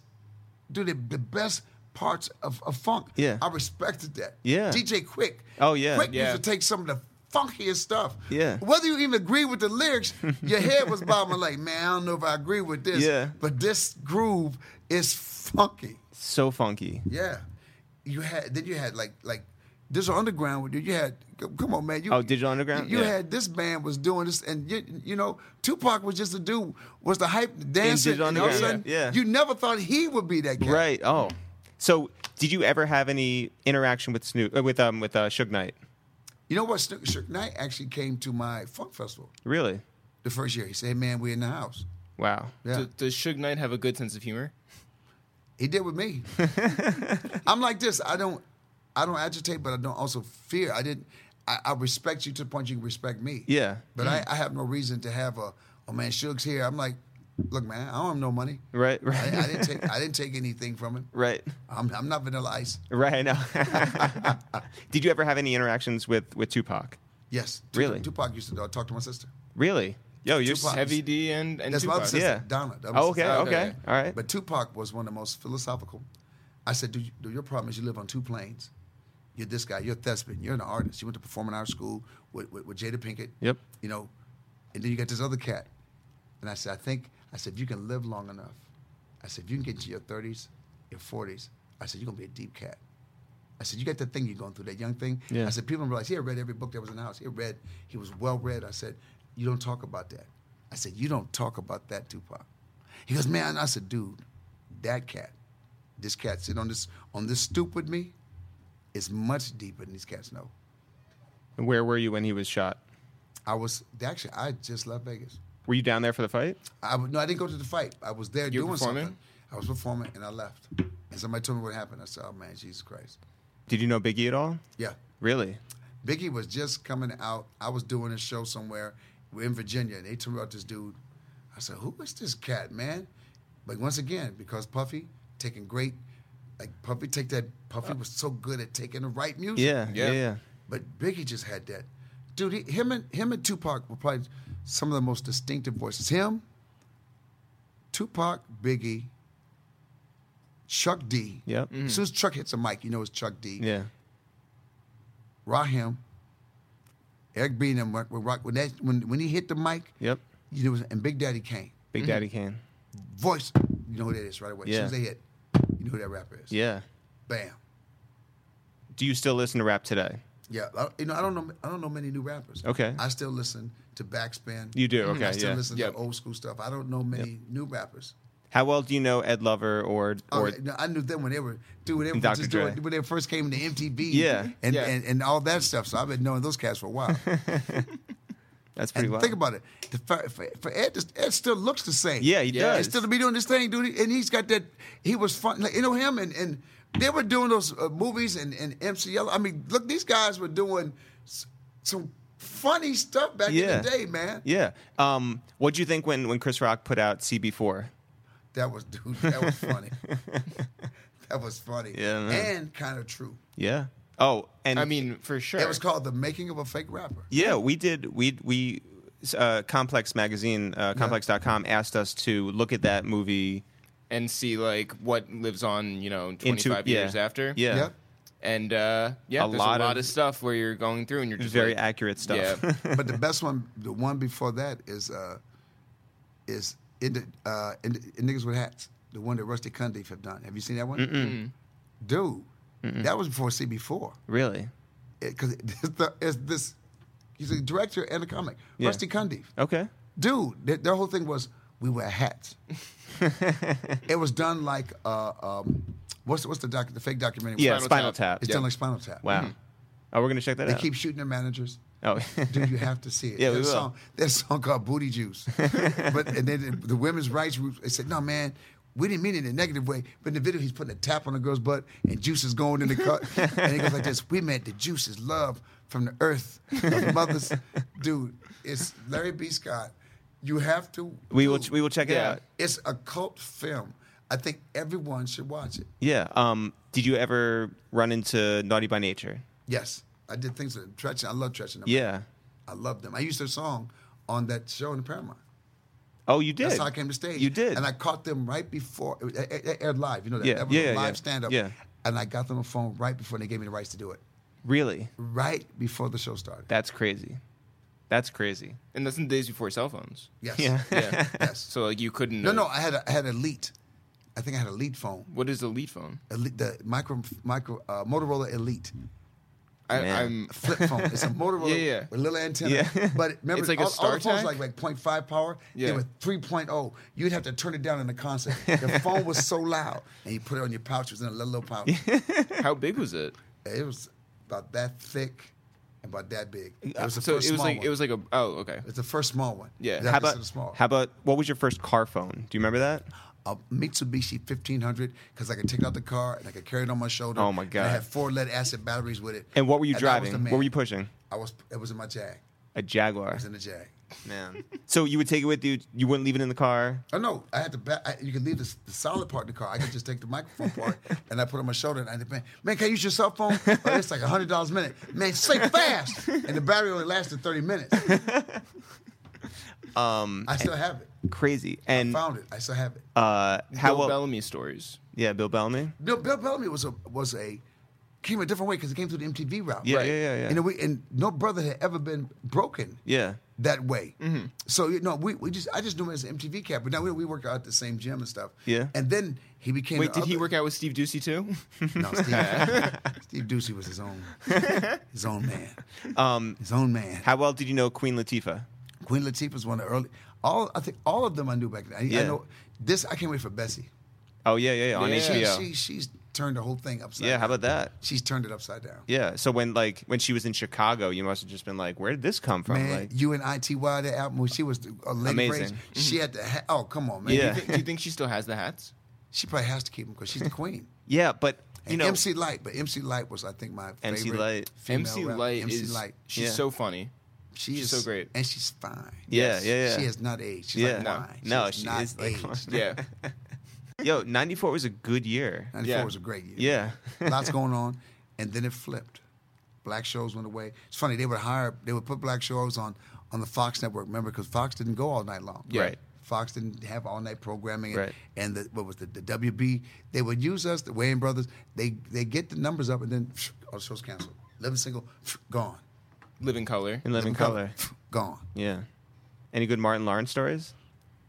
S2: dude, the, the best parts of, of funk.
S1: Yeah.
S2: I respected that.
S1: Yeah.
S2: DJ Quick.
S1: Oh, yeah.
S2: Quick
S3: Yeah.
S2: used to take some of the funkiest stuff.
S1: Yeah.
S2: Whether you even agree with the lyrics, your head was bobbing like, man, I don't know if I agree with this.
S1: Yeah.
S2: But this groove is funky.
S1: so funky.
S2: Yeah. You had then you had like like this underground with you. You had c- come on man. You,
S1: Oh, Digital Underground?
S2: You
S1: Yeah.
S2: had this band was doing this, and you you know Tupac was just a dude was the hype dancer.
S1: Digital
S2: and all of a
S1: Underground,
S2: sudden,
S1: yeah, yeah.
S2: you never thought he would be that guy.
S1: Right. Oh, so did you ever have any interaction with Snoop uh, with um with uh, Suge Knight?
S2: You know what? Snook Shook Knight actually came to my funk festival
S1: Really?
S2: the first year. He said, "Hey man, we're in the house."
S1: Wow.
S2: Yeah.
S3: Does, does Suge Knight have a good sense of humor?
S2: He did with me. I'm like this. I don't I don't agitate, but I don't also fear. I didn't I, I respect you to the point you can respect me.
S1: Yeah. Mm.
S2: But I, I have no reason to have a oh man, Suge's here. I'm like, look, man, I don't have no money.
S1: Right.
S2: I,
S1: Right.
S2: I didn't take I didn't take anything from him.
S1: right.
S2: I'm I'm not vanilla ice.
S1: Right. I know. did you ever have any interactions with with Tupac?
S2: Yes.
S1: Really?
S2: Tupac used to uh, talk to my sister.
S1: Really? Yo, you're
S2: Tupac.
S3: Heavy D and and
S2: That's my other
S3: Tupac.
S2: sister,
S1: Yeah.
S2: Donna. That was
S1: Oh, okay,
S2: sister.
S1: okay.
S3: Okay.
S1: All right.
S2: But Tupac was one of the most philosophical. I said, do, you, do your problem is you live on two planes. You're this guy. You're a thespian. You're an artist. You went to performing arts school with, with, with Jada Pinkett.
S1: Yep.
S2: You know, and then you got this other cat. And I said, I think, I said, if you can live long enough, I said, if you can get into your 30s, your 40s, I said, you're going to be a deep cat. I said, you got that thing you're going through, that young thing.
S1: Yeah.
S2: I said, people don't realize he had read every book that was in the house. He had read, he was well read. I said, you don't talk about that. I said, you don't talk about that, Tupac. He goes, man. I said, dude, that cat, this cat sitting on this on this stoop with me, is much deeper than these cats know.
S1: Where were you when he was shot?
S2: I was actually, I just left Vegas.
S1: Were you down there for the fight?
S2: I w- no, I didn't go to the fight. I was there
S3: You were
S2: doing
S3: performing?
S2: something. I was performing and I left. And somebody told me what happened. I said, "Oh man, Jesus Christ."
S1: Did you know Biggie at all?
S2: Yeah,
S1: Really?
S2: Biggie was just coming out. I was doing a show somewhere. We're in Virginia, and they told me about this dude. I said, "Who is this cat, man?" But once again, because Puffy taking great, like Puffy take that. Puffy was so good at taking the right music.
S1: Uh. Yeah. Yeah.
S3: Yeah.
S1: Yeah.
S2: But Biggie just had that. Dude, he, him and him and Tupac were probably some of the most distinctive voices. Him, Tupac, Biggie, Chuck D.
S1: Yep.
S2: As soon as Chuck hits a mic, you know it's Chuck D.
S1: Yeah.
S2: Raheem, Eric B. and them when Rock when that when when he hit the mic,
S1: Yep.
S2: you know, it was- and Big Daddy Kane.
S1: Big Daddy Kane.
S2: Voice, you know who that is right away.
S1: Yeah.
S2: As soon as they hit, you know who that rapper is.
S1: Yeah.
S2: Bam.
S1: Do you still listen to rap today?
S2: Yeah. I, you know, I don't know I don't know many new rappers.
S1: Okay.
S2: I still listen to Backspin.
S1: You do.
S2: I
S1: Okay.
S2: still
S1: Yeah.
S2: listen
S3: Yep.
S2: to old school stuff. I don't know many new rappers.
S1: How well do you know Ed Lover or
S2: Oh,
S1: or
S2: no, I knew them when they were dude, when they were
S1: And Dr.
S2: just doing,
S1: Dre.
S2: when they first came to MTV,
S1: Yeah,
S2: and,
S3: yeah.
S2: and and all that stuff. So I've been knowing those cats for a while.
S1: that's pretty
S2: and
S1: wild.
S2: think about it, the, for, for- for Ed, Ed still looks the same.
S1: yeah, he
S3: Yeah,
S1: does.
S2: He's still to be doing this thing, dude. And he's got that. He was fun, like, you know him, and and they were doing those uh, movies and and MCL. I mean, look, these guys were doing s- some funny stuff back
S1: Yeah.
S2: in the day, man.
S1: Yeah. Um, what'd you think when, when Chris Rock put out CB4?
S2: That was dude. That was funny. that was funny.
S1: Yeah, man.
S2: and kind of true.
S1: Yeah. Oh, and
S3: I mean, for sure.
S2: It was called the making of a fake rapper.
S1: Yeah, we did. We we uh, Complex magazine, uh, complex.com asked us to look at that movie
S3: and see like what lives on, you know,
S1: into
S3: 25
S1: yeah.
S3: years after.
S1: Yeah.
S2: Yep.
S3: And uh, yeah,
S1: A
S3: there's
S1: lot
S3: a
S1: of-
S3: lot of, stuff where you're going through and you're just
S1: Very
S3: like,
S1: accurate stuff.
S3: Yeah.
S2: but the best one, the one before that, is uh, is in the, uh, in, in niggas with hats. The one that Rusty Cundiff have done. Have you seen that one? Dude, that was before CB4.
S1: really?
S2: Because it's, the- it's this, he's a director and a comic.
S1: Yeah.
S2: Rusty Cundiff.
S1: Okay.
S2: Dude, th- their whole thing was we wear hats. it was done like uh, um, what's what's the doc, the fake documentary?
S1: Yeah,
S3: Spinal
S1: Spinal Tap.
S3: Tap. Mm-hmm.
S2: it's
S3: yeah.
S2: done like Spinal Tap.
S1: Wow. Oh, we're gonna check that
S2: They
S1: out.
S2: keep shooting their managers.
S1: oh,
S2: Dude, you have to see it.
S1: Yeah, we
S2: there's, a
S1: will.
S2: song, there's a song called Booty Juice. but and then the women's rights group they said, no, man, we didn't mean it in a negative way. But in the video, he's putting a tap on the girl's butt and juice is going in the cut. and it goes like this We meant the juice is love from the earth of mothers. Dude, it's Larry B. Scott. You have to.
S1: we will
S2: dude,
S1: we will check it
S3: Yeah.
S1: out.
S2: It's a cult film. I think everyone should watch it.
S1: Yeah. Um, did you ever run into Naughty by Nature?
S2: Yes, I did things with Tretchen. I love Tretchen.
S1: Yeah.
S2: I love them. I used their song on that show in Paramount.
S1: Oh, you did.
S2: That's how I came to stage.
S1: You did.
S2: And I caught them right before it, it, it aired live. You know that,
S1: Yeah,
S2: that was
S1: yeah,
S2: a
S1: yeah,
S2: live
S1: yeah.
S2: stand up.
S1: Yeah.
S2: And I got them a phone right before they gave me the rights to do it.
S1: really?
S2: Right before the show started.
S1: That's crazy. That's crazy.
S3: and that's in the days before cell phones.
S2: Yes.
S1: Yeah.
S3: Yeah.
S2: Yes.
S3: so like you couldn't.
S2: No,
S3: uh,
S2: no, I had a, I had a Elite. I think I had a Elite phone.
S3: What is a lead phone?
S2: Elite, the micro micro uh, Motorola Elite
S3: I,
S1: Man.
S3: I'm.
S2: flip phone. It's a Motorola
S3: Yeah, yeah.
S2: with a little antenna.
S1: Yeah.
S2: But remember,
S3: It's like a
S2: all, all the
S3: StarTAC?
S2: phones like like 0.5 power.
S3: Yeah.
S2: They were 3.0. You'd have to turn it down in the concert. The phone was so loud, and you put it on your pouch. It was in a little, little pouch.
S3: How big was it?
S2: It was about that thick and about that big. It was the
S3: so
S2: first
S3: it was
S2: small
S3: like
S2: one.
S3: it was like a. Oh, okay.
S2: it's the first small one.
S3: Yeah.
S2: That
S1: How
S2: I consider
S1: about
S2: small?
S1: how about what was your first car phone? Do you remember that?
S2: a Mitsubishi 1500 because I could take it out the car and I could carry it on my shoulder.
S1: Oh, my
S2: And
S1: God.
S2: I had four lead acid batteries with it.
S1: And what were you
S2: I was
S1: driving?
S2: the man.
S1: What were you pushing?
S2: I was. It was in my Jag. It
S1: A Jaguar.
S2: was in the Jag.
S1: Man. so you would take it with you. You wouldn't leave it in the car.
S2: Oh no! I had to. Ba- I, you could leave the, the solid part in the car. I could just take the microphone part and I put it on my shoulder. And I depend. Man, can I use your cell phone? Oh, it's like hundred dollars a minute. Man, say fast. And the battery only lasted thirty minutes. Um, I still have it.
S1: Crazy. And
S2: Found it. I still have it.
S1: uh, how
S3: Bill
S1: well?
S3: Bellamy stories.
S1: Yeah, Bill Bellamy.
S2: Bill, Bill Bellamy was a was a came a different way because it came through the MTV route.
S1: Yeah,
S3: Right.
S1: yeah, yeah, yeah.
S2: And we and no brother had ever been broken.
S1: yeah.
S2: that way. So you know, we, we just I just knew him as an MTV cat, but now we, we work out at the same gym and stuff.
S1: Yeah.
S2: And then he became.
S3: Wait,
S2: the
S3: did he
S2: other-
S3: work out with Steve Ducey too?
S2: No, Steve, Steve Ducey was his own, his own man,
S1: Um,
S2: his own man.
S1: how well did you know Queen Latifah?
S2: Queen Latifah was one of the early. All I think all of them I knew back then. I,
S1: Yeah.
S2: I know this. I can't wait for Bessie.
S1: Oh yeah, yeah, yeah. On
S3: Yeah.
S2: She,
S1: HBO.
S2: she she's turned the whole thing upside.
S1: yeah. How
S2: down.
S1: about that?
S2: She's turned it upside down.
S1: Yeah. So when like when she was in Chicago, you must have just been like, where did this come from?
S2: Man,
S1: like,
S2: you and ITY that album when she was the- a lady
S1: Amazing. Mm-hmm.
S2: Grace, She had to. Ha- oh come on, man.
S1: Yeah.
S2: You
S3: Do
S2: think-
S3: you do you think she still has the hats?
S2: She probably has to keep him because she's the queen.
S1: yeah, but you
S2: And
S1: know,
S2: MC Light, but MC Light was I think my
S1: MC
S2: favorite
S1: Light.
S2: female
S3: MC
S2: rapper.
S3: Light
S2: MC
S3: is
S2: Light.
S3: she's
S1: Yeah.
S3: so funny.
S2: She
S3: she's
S2: is
S3: so great.
S2: and she's fine.
S1: yeah,
S3: Yes.
S1: yeah, yeah.
S2: She has not aged. She's
S1: yeah.
S2: like wine.
S1: no,
S2: she's
S1: she
S2: not
S1: is
S2: aged.
S1: like.
S3: Yeah.
S1: Yo, ninety four was a good year.
S2: Ninety four
S3: Yeah.
S2: was a great year.
S1: Yeah.
S2: lots going on, and then it flipped. Black shows went away. It's funny they would hire, they would put black shows on on the Fox network. Remember, because Fox didn't go all night long.
S3: Yeah.
S1: Right.
S2: Fox didn't have all night programming. And,
S1: Right.
S2: and the, what was the, the WB? They would use us, the Wayne Brothers. They they get the numbers up, and then phew, all the shows canceled. Living single, phew, gone.
S3: Live in color.
S1: In Living Color.
S2: phew, gone.
S1: Yeah. Any good Martin Lawrence stories?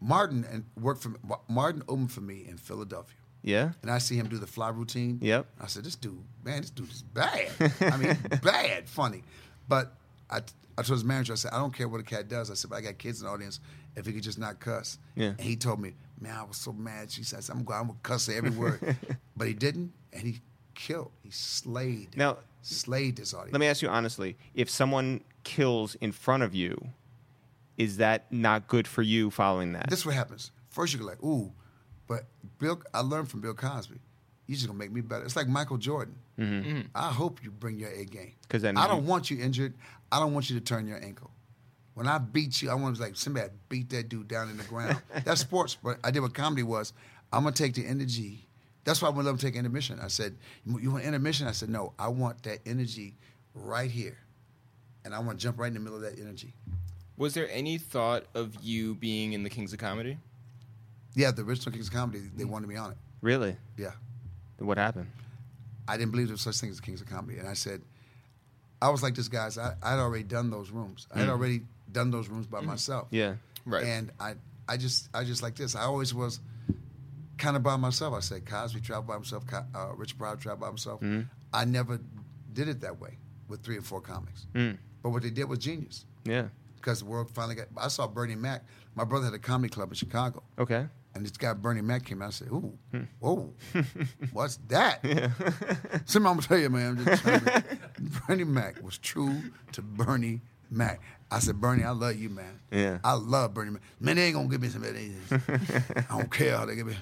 S2: Martin and worked for Ma- Martin opened for me in Philadelphia.
S1: Yeah.
S2: and I see him do the fly routine.
S1: Yep.
S2: I said, this dude, man, this dude is bad. I mean, bad, funny. But I, I told his manager, I said, I don't care what a cat does. I said, but I got kids in the audience. If he could just not cuss.
S1: Yeah.
S2: And he told me, man, I was so mad. She says, I'm going, I'm going to cuss every word. but he didn't, and he killed. He slayed.
S1: Now-
S2: slayed this audience.
S1: Let me ask you honestly: if someone kills in front of you, is that not good for you following that?
S2: this is what happens. First, you're like, ooh, but Bill. I learned from Bill Cosby. You're just gonna make me better. It's like Michael Jordan. I hope you bring your A game.
S1: 'Cause then
S2: I
S1: you-
S2: don't want you injured. I don't want you to turn your ankle. When I beat you, I want to like somebody beat that dude down in the ground. That's sports, but I did what comedy was. I'm gonna take the energy. That's why I would let him take intermission. I said, "You want intermission?" I said, "No, I want that energy right here, and I want to jump right in the middle of that energy."
S3: Was there any thought of you being in the Kings of Comedy?
S2: Yeah, the original Kings of Comedy, they wanted me on it.
S1: Really?
S2: Yeah.
S1: What happened?
S2: I didn't believe there was such thing as Kings of Comedy. And I said, I was like this guy's, I, I'd already done those rooms. I had already done those rooms by myself.
S1: Yeah.
S3: Right.
S2: And I, I just, I just like this. I always was kind of by myself. I said, Cosby traveled by himself. Co- Uh, Richard Pryor traveled by himself. I never did it that way with three or four comics. But what they did was genius
S1: Mm. Yeah.
S2: because the world finally got, I saw Bernie Mac. My brother had a comedy club in Chicago.
S1: Okay.
S2: And this guy Bernie Mac came out. I said, "Ooh, whoa, what's that?" Somebody, I'm gonna tell you, man. I'm just trying to- Bernie Mac was true to Bernie Mac. I said, "Bernie, I love you, man.
S1: Yeah.
S2: I love Bernie Mac. Man, they ain't gonna give me some of that. I don't care how they give me."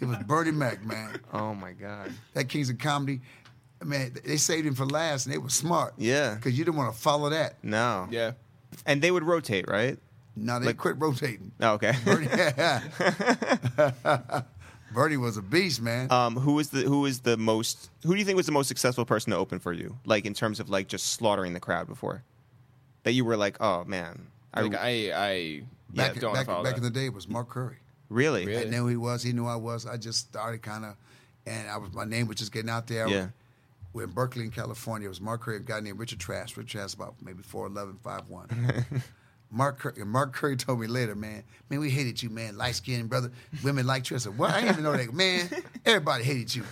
S2: it was Bernie Mac, man.
S1: Oh my God.
S2: That Kings of Comedy, man. They saved him for last, and they were smart.
S1: Yeah.
S2: because you didn't want to follow that.
S1: No.
S3: yeah.
S1: And they would rotate, right?
S2: Now they quit rotating.
S1: Oh, okay.
S2: Bernie, Bernie was a beast, man.
S1: um, who was the who was the most who do you think was the most successful person to open for you? Like in terms of like just slaughtering the crowd before that you were like, oh man, I,
S3: Like I, I yeah,
S2: back
S3: don't
S2: back,
S3: follow
S2: back in
S3: that.
S2: the day, it was Mark Curry.
S1: really,
S3: Really?
S2: I knew who he was. He knew I was. I just started kind of, and I was my name was just getting out there.
S1: Yeah.
S2: We're in Berkeley, in California. It was Mark Curry, a guy named Richard Trash. Richard Trash about maybe 4'11", 5'1". Mark Curry, and Mark Curry told me later, man, man, we hated you, man. Light skinned brother, women liked you. I said, what? I didn't even know that. Man, everybody hated you.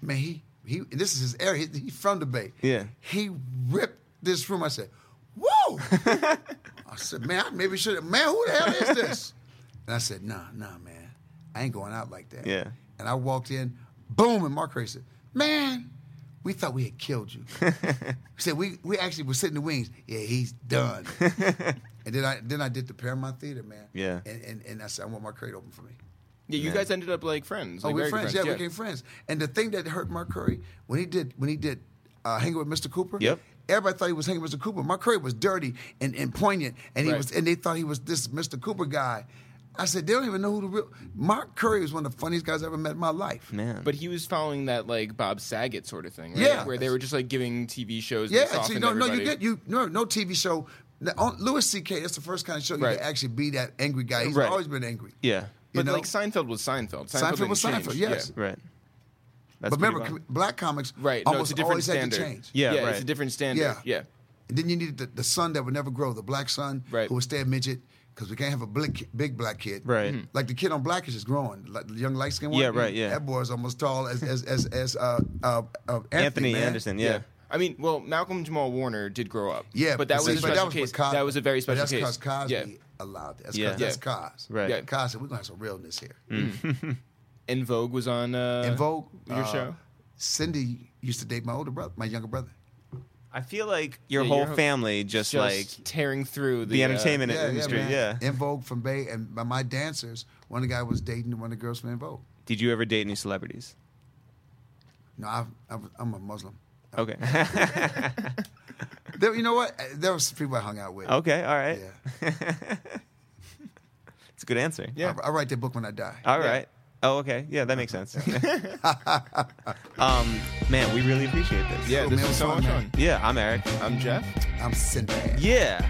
S2: man, he he. and This is his area. He, he from the Bay.
S1: Yeah.
S2: He ripped this room. I said, "Whoa!" I said, "Man, I maybe should have." Man, who the hell is this? And I said, "Nah, nah, man, I ain't going out like that."
S1: Yeah.
S2: And I walked in, boom, and Mark Curry said, "Man, we thought we had killed you." he said, "We we actually were sitting in the wings. Yeah, he's done." and then I then I did the Paramount Theater, man.
S1: Yeah.
S2: And and, and I said, "I want Mark Curry to open for me."
S3: Yeah, you guys ended up like friends.
S2: Oh,
S3: like
S2: we're
S3: very good
S2: friends. Yeah, we became friends. And the thing that hurt Mark Curry when he did when he did uh, hanging with Mr. Cooper.
S1: Yep.
S2: Everybody thought he was hanging with Mr. Cooper. Mark Curry was dirty and, and poignant, and he
S3: Right.
S2: was and they thought he was this Mr. Cooper guy. I said they don't even know who the real Mark Curry was one of the funniest guys I ever met in my life.
S1: man,
S3: But he was following that like Bob Saget sort of thing, right?
S2: Yeah.
S3: where they were just like giving TV shows. and
S2: Yeah, so
S3: softened
S2: you don't, no, you
S3: everybody.
S2: did you no no TV show. Now, On Louis C.K. That's the first kind of show you
S3: Right.
S2: could actually be that angry guy. He's
S1: Right.
S2: always been angry.
S1: yeah,
S2: you
S3: But
S2: know?
S3: like Seinfeld was Seinfeld.
S2: Seinfeld
S3: didn't
S2: was
S3: change.
S2: Seinfeld, yes.
S3: Yeah.
S1: right. That's
S2: But
S1: pretty
S2: remember,
S1: wild.
S2: com- black comics
S3: Right. No, it's
S2: almost
S3: a different
S2: always had
S3: standard.
S2: to change.
S1: Yeah,
S3: yeah,
S1: right.
S3: it's a different standard.
S2: Yeah.
S3: yeah.
S2: And then you needed the, the son that would never grow, the black son
S3: Right.
S2: who would stay a midget because we can't have a big, big black kid.
S1: Right. Mhm.
S2: Like the kid on Blackish is growing, like the young light skinned one.
S1: Yeah, right, yeah.
S2: That boy is almost tall as as as, as uh, uh, uh, Anthony,
S1: Anthony
S2: man.
S1: Anderson, yeah.
S3: I mean, well, Malcolm Jamal Warner did grow up.
S2: Yeah,
S3: but that was a
S2: but
S3: special
S2: with
S3: case.
S2: Cosby.
S3: That was a very
S2: But
S3: special
S2: that's because
S3: case.
S2: Cosby
S3: Yeah,
S2: allowed that. That's
S1: Yeah.
S2: because that's Cos.
S1: Right.
S3: Yeah.
S2: Cos, we're gonna have some realness here.
S3: and Vogue was on. Uh,
S2: And Vogue,
S3: your
S2: uh,
S3: show.
S2: Cindy used to date my older brother, my younger brother.
S1: I feel like your
S3: Yeah,
S1: whole
S3: your whole-
S1: family just,
S3: Just
S1: like
S3: tearing through the,
S1: the
S3: uh,
S1: entertainment industry. Yeah,
S2: man. In Vogue from Bay, and by my dancers, one of the guy was dating one of the girls from In Vogue.
S1: Did you ever date any celebrities?
S2: No, I've, I've, I'm a Muslim.
S1: Okay.
S2: There, you know what? Uh, There was people I hung out with.
S1: okay. All right.
S2: Yeah.
S1: It's a good answer.
S3: Yeah.
S2: I, I write that book when I die.
S1: All right.
S3: Yeah.
S1: Oh, okay. Yeah, that makes sense. um, man, we really appreciate this.
S3: Yeah,
S2: Cool,
S3: this
S2: man,
S3: was so
S2: fun,
S3: much
S2: man.
S3: fun.
S1: Yeah, I'm Eric.
S3: I'm Jeff.
S2: I'm Sinbad.
S1: Yeah.